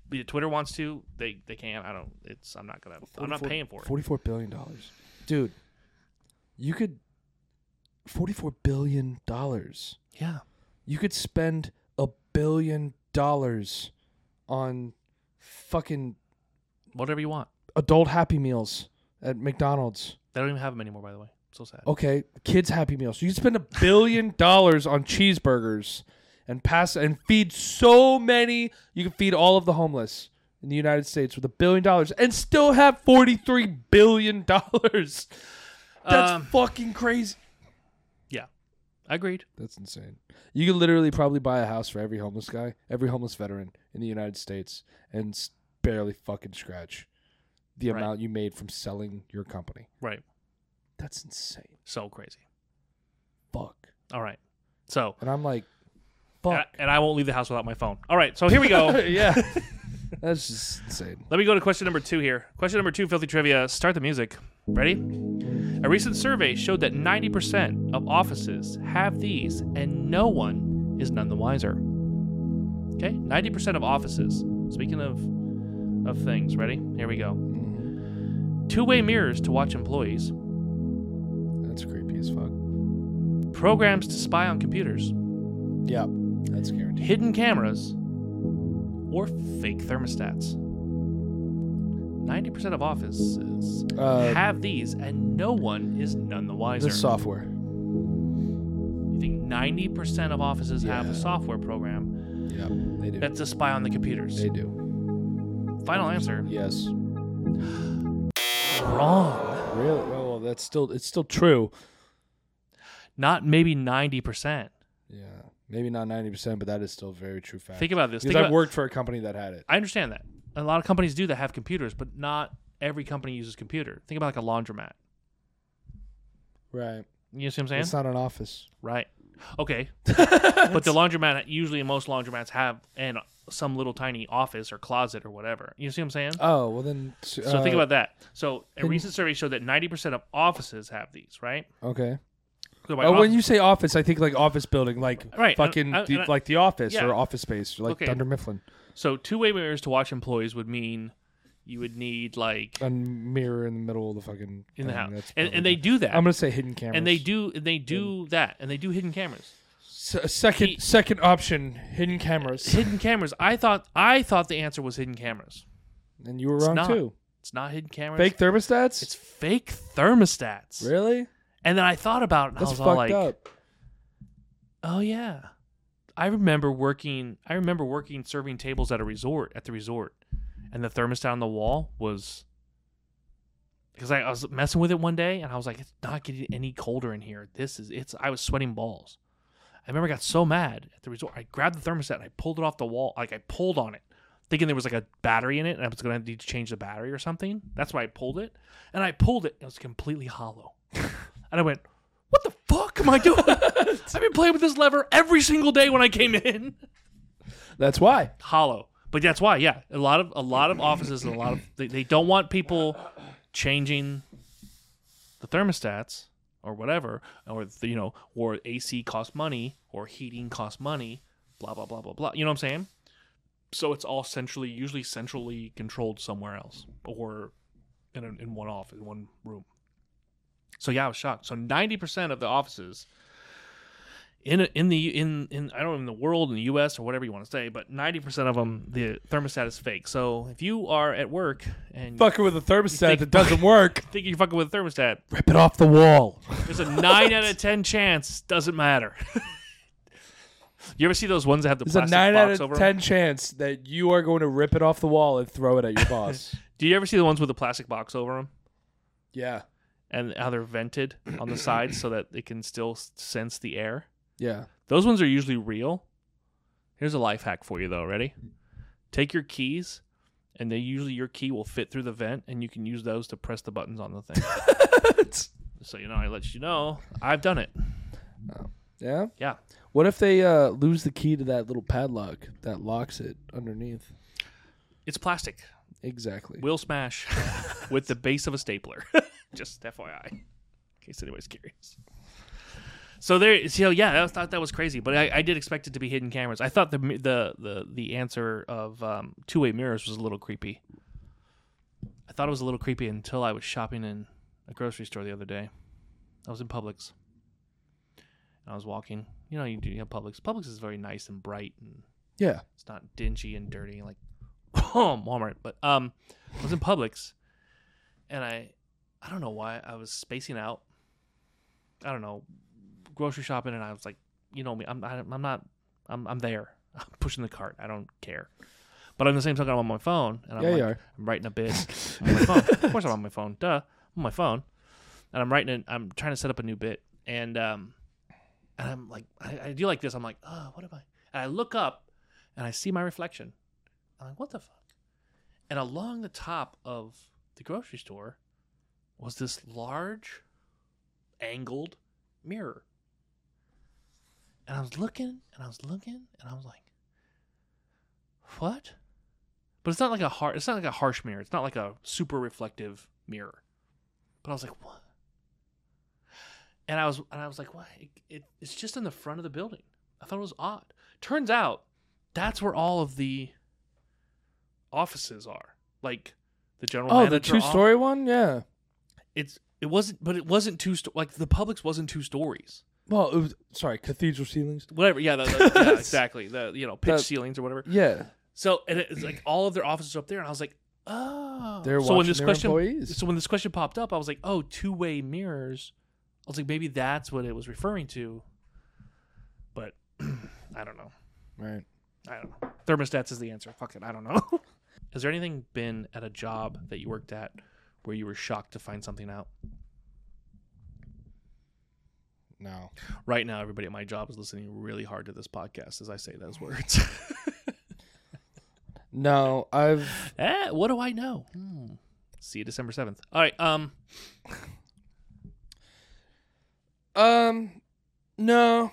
Speaker 1: the Twitter wants to, they they can. I don't. It's I'm not gonna. I'm not
Speaker 2: 44
Speaker 1: paying for it.
Speaker 2: Forty-four billion dollars, dude. You could. Forty-four billion dollars.
Speaker 1: Yeah.
Speaker 2: You could spend a billion dollars on fucking
Speaker 1: Whatever you want.
Speaker 2: adult happy meals at McDonald's.
Speaker 1: They don't even have them anymore, by the way. So sad.
Speaker 2: Okay, kids happy meals. You could spend a billion dollars on cheeseburgers and pass and feed so many. You can feed all of the homeless in the United States with a billion dollars and still have 43 billion dollars. That's
Speaker 1: Um,
Speaker 2: fucking crazy.
Speaker 1: I agreed.
Speaker 2: That's insane. You could literally probably buy a house for every homeless guy, every homeless veteran in the United States, and s- barely fucking scratch the
Speaker 1: Right.
Speaker 2: amount you made from selling your company.
Speaker 1: Right.
Speaker 2: That's insane.
Speaker 1: So crazy.
Speaker 2: Fuck.
Speaker 1: All right. So,
Speaker 2: And I'm like,
Speaker 1: and I,
Speaker 2: fuck.
Speaker 1: and I won't leave the house without my phone. All right. So here we go.
Speaker 2: yeah. That's just insane.
Speaker 1: Let me go to question number two here. Question number two, filthy trivia. Start the music. Ready? A recent survey showed that 90% of offices have these, and no one is none the wiser. Okay, 90% of offices. Speaking of of things, ready? Here we go. Two-way mirrors to watch employees,
Speaker 2: That's creepy as fuck.
Speaker 1: programs to spy on computers,
Speaker 2: Yeah. That's guaranteed.
Speaker 1: hidden cameras, or fake thermostats. 90% of offices
Speaker 2: Uh,
Speaker 1: have these, and no one is none the wiser.
Speaker 2: The software.
Speaker 1: you think 90% of offices have
Speaker 2: Yeah.
Speaker 1: a software program
Speaker 2: Yeah. They do.
Speaker 1: that's a spy on the computers?
Speaker 2: They do.
Speaker 1: Final answer.
Speaker 2: Yes.
Speaker 1: Wrong.
Speaker 2: Really? Oh, well, that's still it's still true.
Speaker 1: Not maybe 90%.
Speaker 2: Yeah. Maybe not ninety percent, but that is still very true fact.
Speaker 1: Think about this.
Speaker 2: because
Speaker 1: Think
Speaker 2: I've
Speaker 1: about-
Speaker 2: worked for a company that had it.
Speaker 1: I understand that. A lot of companies do that have computers, but not every company uses computer. Think about like a laundromat.
Speaker 2: Right.
Speaker 1: You see what I'm saying?
Speaker 2: It's not an office.
Speaker 1: Right. Okay. but the laundromat, usually most laundromats have and some little tiny office or closet or whatever. You see what I'm saying?
Speaker 2: Oh well, then. uh, So
Speaker 1: so think about that. So a
Speaker 2: can-
Speaker 1: recent survey showed that 90% of offices have these, right?
Speaker 2: Okay.
Speaker 1: So by
Speaker 2: Oh,
Speaker 1: office-
Speaker 2: when you say office, I think like office building, like
Speaker 1: Right, and-
Speaker 2: fucking
Speaker 1: and-
Speaker 2: the-
Speaker 1: and I-
Speaker 2: like the office
Speaker 1: yeah.
Speaker 2: or office space, like
Speaker 1: Okay.
Speaker 2: Dunder Mifflin.
Speaker 1: so two-way mirrors to watch employees would mean you would need like
Speaker 2: A mirror in the middle of the fucking
Speaker 1: in the
Speaker 2: thing,
Speaker 1: house,
Speaker 2: that's
Speaker 1: and, and
Speaker 2: probably-
Speaker 1: they do that,
Speaker 2: I'm gonna say hidden cameras.
Speaker 1: and they do, and they do that, and they do hidden cameras.
Speaker 2: S- second
Speaker 1: He-
Speaker 2: second option, hidden cameras.
Speaker 1: hidden cameras. I thought I thought the answer was hidden cameras.
Speaker 2: and you were
Speaker 1: It's
Speaker 2: wrong
Speaker 1: not.
Speaker 2: too.
Speaker 1: It's not hidden cameras.
Speaker 2: Fake thermostats.
Speaker 1: It's fake thermostats.
Speaker 2: really
Speaker 1: And then I thought about it, and
Speaker 2: that's
Speaker 1: I was
Speaker 2: fucked
Speaker 1: all like,
Speaker 2: up.
Speaker 1: "Oh yeah." I remember working. I remember working serving tables at a resort at the resort, and the thermostat on the wall was because I, I was messing with it one day, and I was like, "It's not getting any colder in here. This is it's." I was sweating balls. I remember I got so mad at the resort. I grabbed the thermostat and I pulled it off the wall. Like I pulled on it, thinking there was like a battery in it, and I was going to need to change the battery or something. That's why I pulled it, and I pulled it. And it was completely hollow, and I went. What the fuck am I doing? I've been playing with this lever every single day when I came in.
Speaker 2: That's why.
Speaker 1: Hollow, but that's why. Yeah, a lot of a lot of offices and a lot of they, they don't want people changing the thermostats or whatever, or the, you know, or AC costs money or heating costs money. Blah blah blah blah blah. You know what I'm saying? So it's all centrally, usually centrally controlled somewhere else or in a, in one office, in one room. So yeah, I was shocked. So 90% of the offices in in the in in I don't know in the world in the U.S. or whatever you want to say, but ninety percent of them the thermostat is fake. So if you are at work and
Speaker 2: Fucking with a
Speaker 1: think-
Speaker 2: thermostat that doesn't work.
Speaker 1: think you're fucking with a thermostat,
Speaker 2: Rip it off the wall.
Speaker 1: there's a nine out of ten chance. Doesn't matter. you ever see those ones that have the
Speaker 2: There's a
Speaker 1: plastic
Speaker 2: nine
Speaker 1: box
Speaker 2: out
Speaker 1: over 'em?
Speaker 2: of ten chance that you are going to rip it off the wall and throw it at your boss.
Speaker 1: Do you ever see the ones with the plastic box over them
Speaker 2: yeah.
Speaker 1: and how they're vented on the sides so that they can still s- sense the air?
Speaker 2: Yeah.
Speaker 1: Those ones are usually real. Here's a life hack for you though, ready? Take your keys and they usually your key will fit through the vent and you can use those to press the buttons on the thing. so you know, I let you know. I've done it.
Speaker 2: Yeah.
Speaker 1: Yeah.
Speaker 2: What if they uh, lose the key to that little padlock that locks it underneath?
Speaker 1: It's plastic.
Speaker 2: Exactly.
Speaker 1: Will smash with the base of a stapler. Just FYI. In case anybody's curious. So there, so yeah, I thought that was crazy, but I, I did expect it to be hidden cameras. I thought the mi- the the, the answer of um, two way mirrors was a little creepy. I thought it was a little creepy until I was shopping in a grocery store the other day. I was in Publix. And I was walking. You know, you do you have Publix. Publix is very nice and bright and
Speaker 2: yeah.
Speaker 1: it's not dingy and dirty like Walmart, but um, I was in Publix, and I, I don't know why I was spacing out. I don't know, grocery shopping, and I was like, you know me, I'm I, I'm not, I'm I'm there. I'm pushing the cart. I don't care. But on the same token, I'm on my phone, and I'm
Speaker 2: Yeah,
Speaker 1: like,
Speaker 2: you are.
Speaker 1: I'm writing a bid on my phone. Of course, I'm on my phone. Duh, I'm on my phone, and I'm writing. i I'm trying to set up a new bit, and um, and I'm like, I, I do like this. I'm like, oh, what am I? And I look up, and I see my reflection. I'm like, what the fuck? And along the top of the grocery store was this large angled mirror. And I was looking and I was looking and I was like, what? But it's not like a har- it's not like a harsh mirror. It's not like a super reflective mirror. But I was like, what? And I was and I was like, what? It, it, it's just in the front of the building. I thought it was odd. Turns out that's where all of the offices are. Like the general
Speaker 2: Oh, the
Speaker 1: manager
Speaker 2: two
Speaker 1: office-
Speaker 2: story one? Yeah.
Speaker 1: it's it wasn't but it wasn't two sto- like the Publix wasn't two stories
Speaker 2: Well, it was, sorry, cathedral ceilings.
Speaker 1: whatever yeah, the, the- yeah exactly the you know pitch
Speaker 2: That-
Speaker 1: ceilings or whatever
Speaker 2: Yeah.
Speaker 1: so and it's like all of their offices up there and I was like oh
Speaker 2: They're
Speaker 1: so when
Speaker 2: watching
Speaker 1: this
Speaker 2: their
Speaker 1: question
Speaker 2: employees.
Speaker 1: so when this question popped up I was like oh two way mirrors I was like maybe that's what it was referring to but I don't know
Speaker 2: Right.
Speaker 1: I don't know thermostats is the answer fuck it I don't know has there anything been at a job that you worked at where you were shocked to find something out
Speaker 2: No.
Speaker 1: Right now, everybody at my job is listening really hard to this podcast as I say those words.
Speaker 2: No, I've
Speaker 1: eh, what do I know? Hmm. See you December seventh. All right. Um.
Speaker 2: Um, no,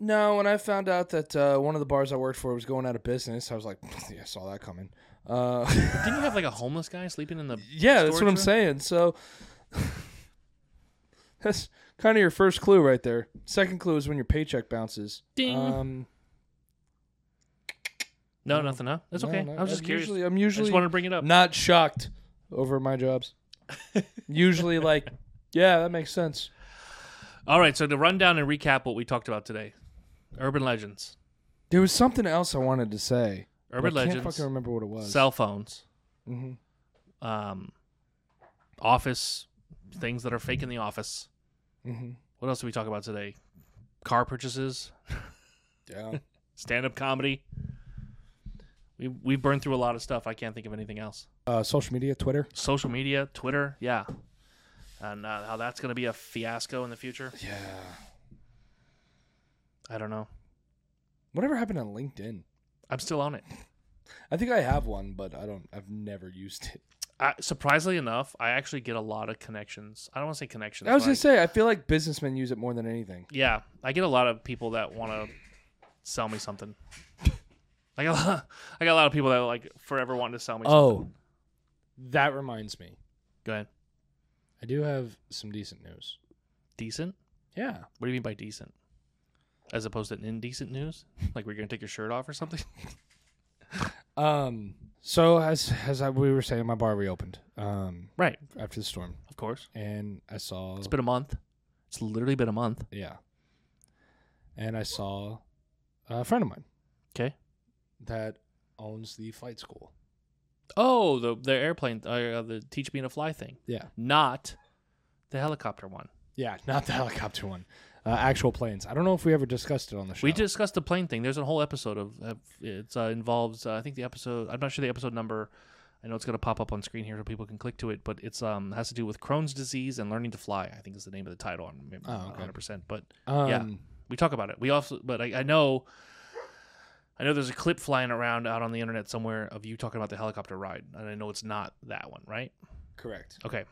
Speaker 2: no. When I found out that uh, one of the bars I worked for was going out of business, I was like, yeah, I saw that coming. Uh,
Speaker 1: Didn't you have like a homeless guy sleeping in the?
Speaker 2: yeah, that's what I'm
Speaker 1: Storage room?
Speaker 2: saying. So that's kind of your first clue right there. Second clue is when your paycheck bounces.
Speaker 1: Ding.
Speaker 2: Um,
Speaker 1: No, nothing. Huh? That's
Speaker 2: no,
Speaker 1: okay.
Speaker 2: no,
Speaker 1: I was just
Speaker 2: I'm
Speaker 1: curious.
Speaker 2: Usually, I'm
Speaker 1: I just
Speaker 2: usually
Speaker 1: wanted to bring it up.
Speaker 2: not shocked over my jobs. usually, like, yeah, that makes sense.
Speaker 1: All right. So to run down and recap what we talked about today: urban legends,
Speaker 2: There was something else I wanted to say. but
Speaker 1: urban
Speaker 2: I can't
Speaker 1: legends,
Speaker 2: fucking remember what it was.
Speaker 1: cell phones,
Speaker 2: mm-hmm.
Speaker 1: um, office things that are fake in the office.
Speaker 2: Mm-hmm.
Speaker 1: What else did we talk about today? Car purchases.
Speaker 2: Yeah.
Speaker 1: stand up comedy. We we burned through a lot of stuff. I can't think of anything else.
Speaker 2: uh, social media, Twitter.
Speaker 1: Social media, Twitter, yeah, and uh, how that's going to be a fiasco in the future.
Speaker 2: Yeah.
Speaker 1: I don't know.
Speaker 2: Whatever happened on LinkedIn?
Speaker 1: I'm still on it.
Speaker 2: I think I have one, but I don't. I've never used it.
Speaker 1: I, surprisingly enough, I actually get a lot of connections. I don't want to say connections.
Speaker 2: I was
Speaker 1: but
Speaker 2: gonna say I feel like businessmen use it more than anything.
Speaker 1: yeah, I get a lot of people that want to sell me something. I got a lot, I got a lot of people that like forever wanting to sell me. something.
Speaker 2: Oh, that reminds me.
Speaker 1: Go ahead.
Speaker 2: I do have some decent news.
Speaker 1: Decent.
Speaker 2: Yeah.
Speaker 1: What do you mean by decent? As opposed to indecent news, like we're gonna take your shirt off or something.
Speaker 2: Um. So as as I, we were saying, my bar reopened. Um.
Speaker 1: Right.
Speaker 2: After the storm,
Speaker 1: Of course.
Speaker 2: and I saw.
Speaker 1: It's been a month. It's literally been a month.
Speaker 2: yeah. And I saw a friend of mine.
Speaker 1: 'Kay.
Speaker 2: That owns the flight school.
Speaker 1: Oh, the the airplane, uh, uh, the teach me to fly thing,
Speaker 2: Yeah.
Speaker 1: not the helicopter one.
Speaker 2: Yeah, not the helicopter one. Uh, actual planes. I don't know if we ever discussed it on the show.
Speaker 1: We discussed the plane thing. There's a whole episode of of- it's uh, involves. Uh, I think the episode. I'm not sure the episode number. I know it's gonna pop up on screen here so people can click to it, but it's um has to do with Crohn's disease and learning to fly. I think is the name of the title. I'm maybe
Speaker 2: Oh,
Speaker 1: not
Speaker 2: okay.
Speaker 1: 100%, but
Speaker 2: Um,
Speaker 1: yeah. we talk about it. We also, but I, I know, I know there's a clip flying around out on the internet somewhere of you talking about the helicopter ride, and I know it's not that one, right?
Speaker 2: Correct.
Speaker 1: Okay,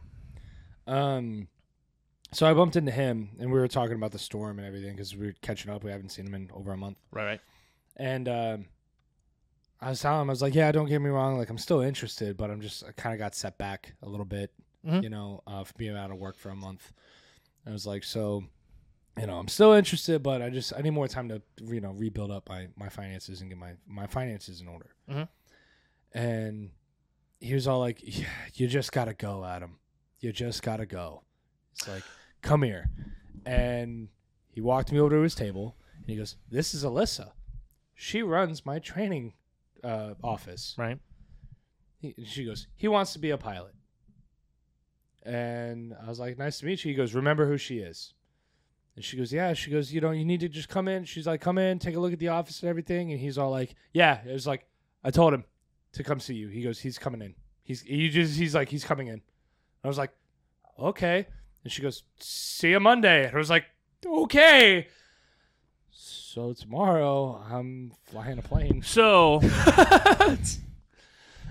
Speaker 2: Um, so I bumped into him, and we were talking about the storm and everything because we were catching up. We haven't seen him in over a month.
Speaker 1: right, right.
Speaker 2: And um, I was telling him, I was like, "Yeah, don't get me wrong. Like, I'm still interested, but I'm just I kind of got set back a little bit,
Speaker 1: Mhm.
Speaker 2: you know, uh, from being out of work for a month." I was like, "So, you know, I'm still interested, but I just I need more time to you know rebuild up my my finances and get my my finances in order."
Speaker 1: Mhm.
Speaker 2: And he was all like, "Yeah, you just gotta go, Adam. You just gotta go." It's like, "Come here," and he walked me over to his table and he goes, "This is Alyssa." she runs my training uh, office.
Speaker 1: Right.
Speaker 2: He, and she goes, he wants to be a pilot. And I was like, nice to meet you. He goes, remember who she is. And she goes, yeah. She goes, you know, you need to just come in. She's like, come in, take a look at the office and everything. And he's all like, yeah. It was like, I told him to come see you. He goes, he's coming in. He's he just he's like, he's coming in. I was like, okay. And she goes, see you Monday. And I was like, okay. So tomorrow I'm flying a plane.
Speaker 1: So,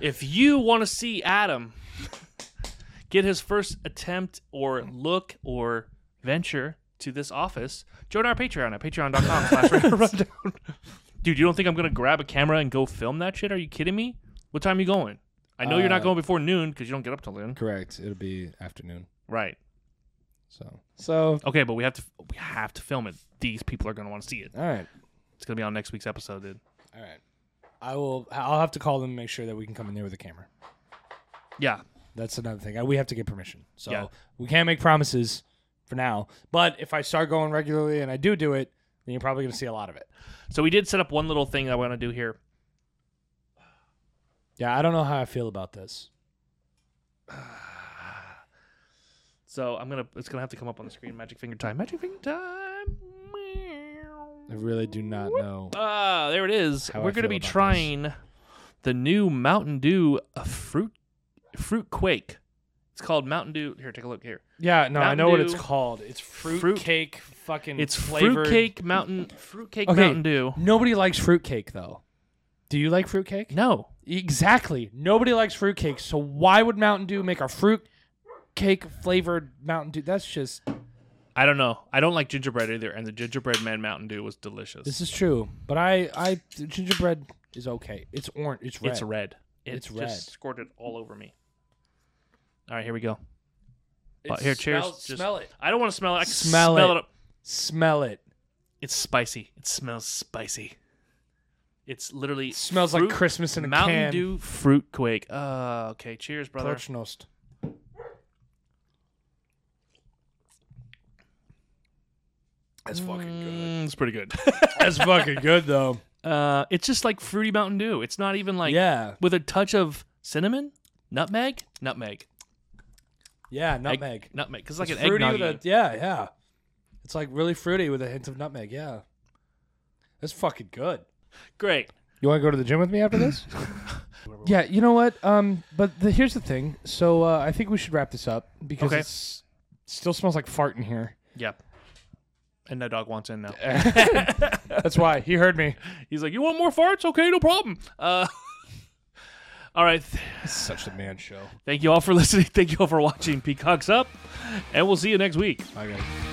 Speaker 1: if you want to see Adam get his first attempt or look or venture to this office, join our Patreon at patreon.com slash Random rundown. Dude, you don't think I'm going to grab a camera and go film that shit? Are you kidding me? What time are you going? I know you're not
Speaker 2: Uh,
Speaker 1: going before noon because you don't get up till then.
Speaker 2: Correct. It'll be afternoon.
Speaker 1: Right.
Speaker 2: So so
Speaker 1: Okay, but we have to we have to film it. These people are going to want to see it.
Speaker 2: all right,
Speaker 1: It's going to be on next week's episode, dude.
Speaker 2: all right. I will. I'll have to call them and make sure that we can come in there with a camera.
Speaker 1: Yeah.
Speaker 2: That's another thing. I- We have to get permission. So
Speaker 1: Yeah.
Speaker 2: we can't make promises for now. But if I start going regularly and I do do it, then you're probably going to see a lot of it.
Speaker 1: So we did set up one little thing I want to do here.
Speaker 2: Yeah, I don't know how I feel about this.
Speaker 1: So I'm gonna it's gonna have to come up on the screen. Magic finger time. Magic finger time.
Speaker 2: I really do not know.
Speaker 1: Ah, there it is.
Speaker 2: How I
Speaker 1: We're gonna
Speaker 2: feel
Speaker 1: be
Speaker 2: about this.
Speaker 1: trying the new Mountain Dew uh, fruit fruit quake. It's called Mountain Dew. Here, take a look here.
Speaker 2: Yeah, no, I
Speaker 1: Mountain
Speaker 2: know what
Speaker 1: Dew.
Speaker 2: it's called. It's fruit,
Speaker 1: Fruit-
Speaker 2: cake fucking
Speaker 1: It's
Speaker 2: Mm. flavored.
Speaker 1: fruitcake mountain fruitcake
Speaker 2: Okay.
Speaker 1: Mountain Dew.
Speaker 2: Nobody likes fruit cake though. Do you like fruit cake?
Speaker 1: No,
Speaker 2: Exactly. Nobody likes fruit cake. So why would Mountain Dew make a fruit cake flavored Mountain Dew? That's just
Speaker 1: I don't know. I don't like gingerbread either, and the gingerbread man Mountain Dew was delicious.
Speaker 2: This is true, but I, I gingerbread is okay. It's orange. It's red.
Speaker 1: It's red. It
Speaker 2: It's
Speaker 1: just
Speaker 2: red.
Speaker 1: squirted all over me. All right, here we go. But here, cheers.
Speaker 2: smells-
Speaker 1: Just-
Speaker 2: smell it.
Speaker 1: I don't want to smell it. I can
Speaker 2: Smell
Speaker 1: smell,
Speaker 2: it.
Speaker 1: it. up.
Speaker 2: Smell it.
Speaker 1: It's spicy. It smells spicy. It's literally
Speaker 2: It smells like
Speaker 1: fruit-
Speaker 2: Christmas in a
Speaker 1: Mountain
Speaker 2: can.
Speaker 1: Dew fruit quake. Uh, okay. Cheers, brother.
Speaker 2: Torchnost.
Speaker 4: That's fucking good.
Speaker 1: Mm, it's pretty good.
Speaker 2: That's fucking good though.
Speaker 1: uh, it's just like fruity Mountain Dew. It's not even like
Speaker 2: yeah,
Speaker 1: with a touch of cinnamon, nutmeg, nutmeg,
Speaker 2: yeah.
Speaker 1: Egg-
Speaker 2: Nutmeg.
Speaker 1: nutmeg. Because like
Speaker 2: It's
Speaker 1: an
Speaker 2: fruity
Speaker 1: eggnog.
Speaker 2: with a
Speaker 1: you-
Speaker 2: yeah, yeah. It's like really fruity with a hint of nutmeg. Yeah, that's fucking good.
Speaker 1: Great.
Speaker 2: You want to go to the gym with me after this? yeah, you know what? Um, but the, here's the thing. So uh, I think we should wrap this up because
Speaker 1: Okay.
Speaker 2: it's still smells like fart in here.
Speaker 1: Yeah. And that dog wants in now.
Speaker 2: That's why he heard me.
Speaker 1: He's like, "You want more farts? Okay, no problem." Uh, all right. Th-
Speaker 2: Such a man show.
Speaker 1: Thank you all for listening. Thank you all for watching. Peacocks up, and we'll see you next week.
Speaker 2: I got it.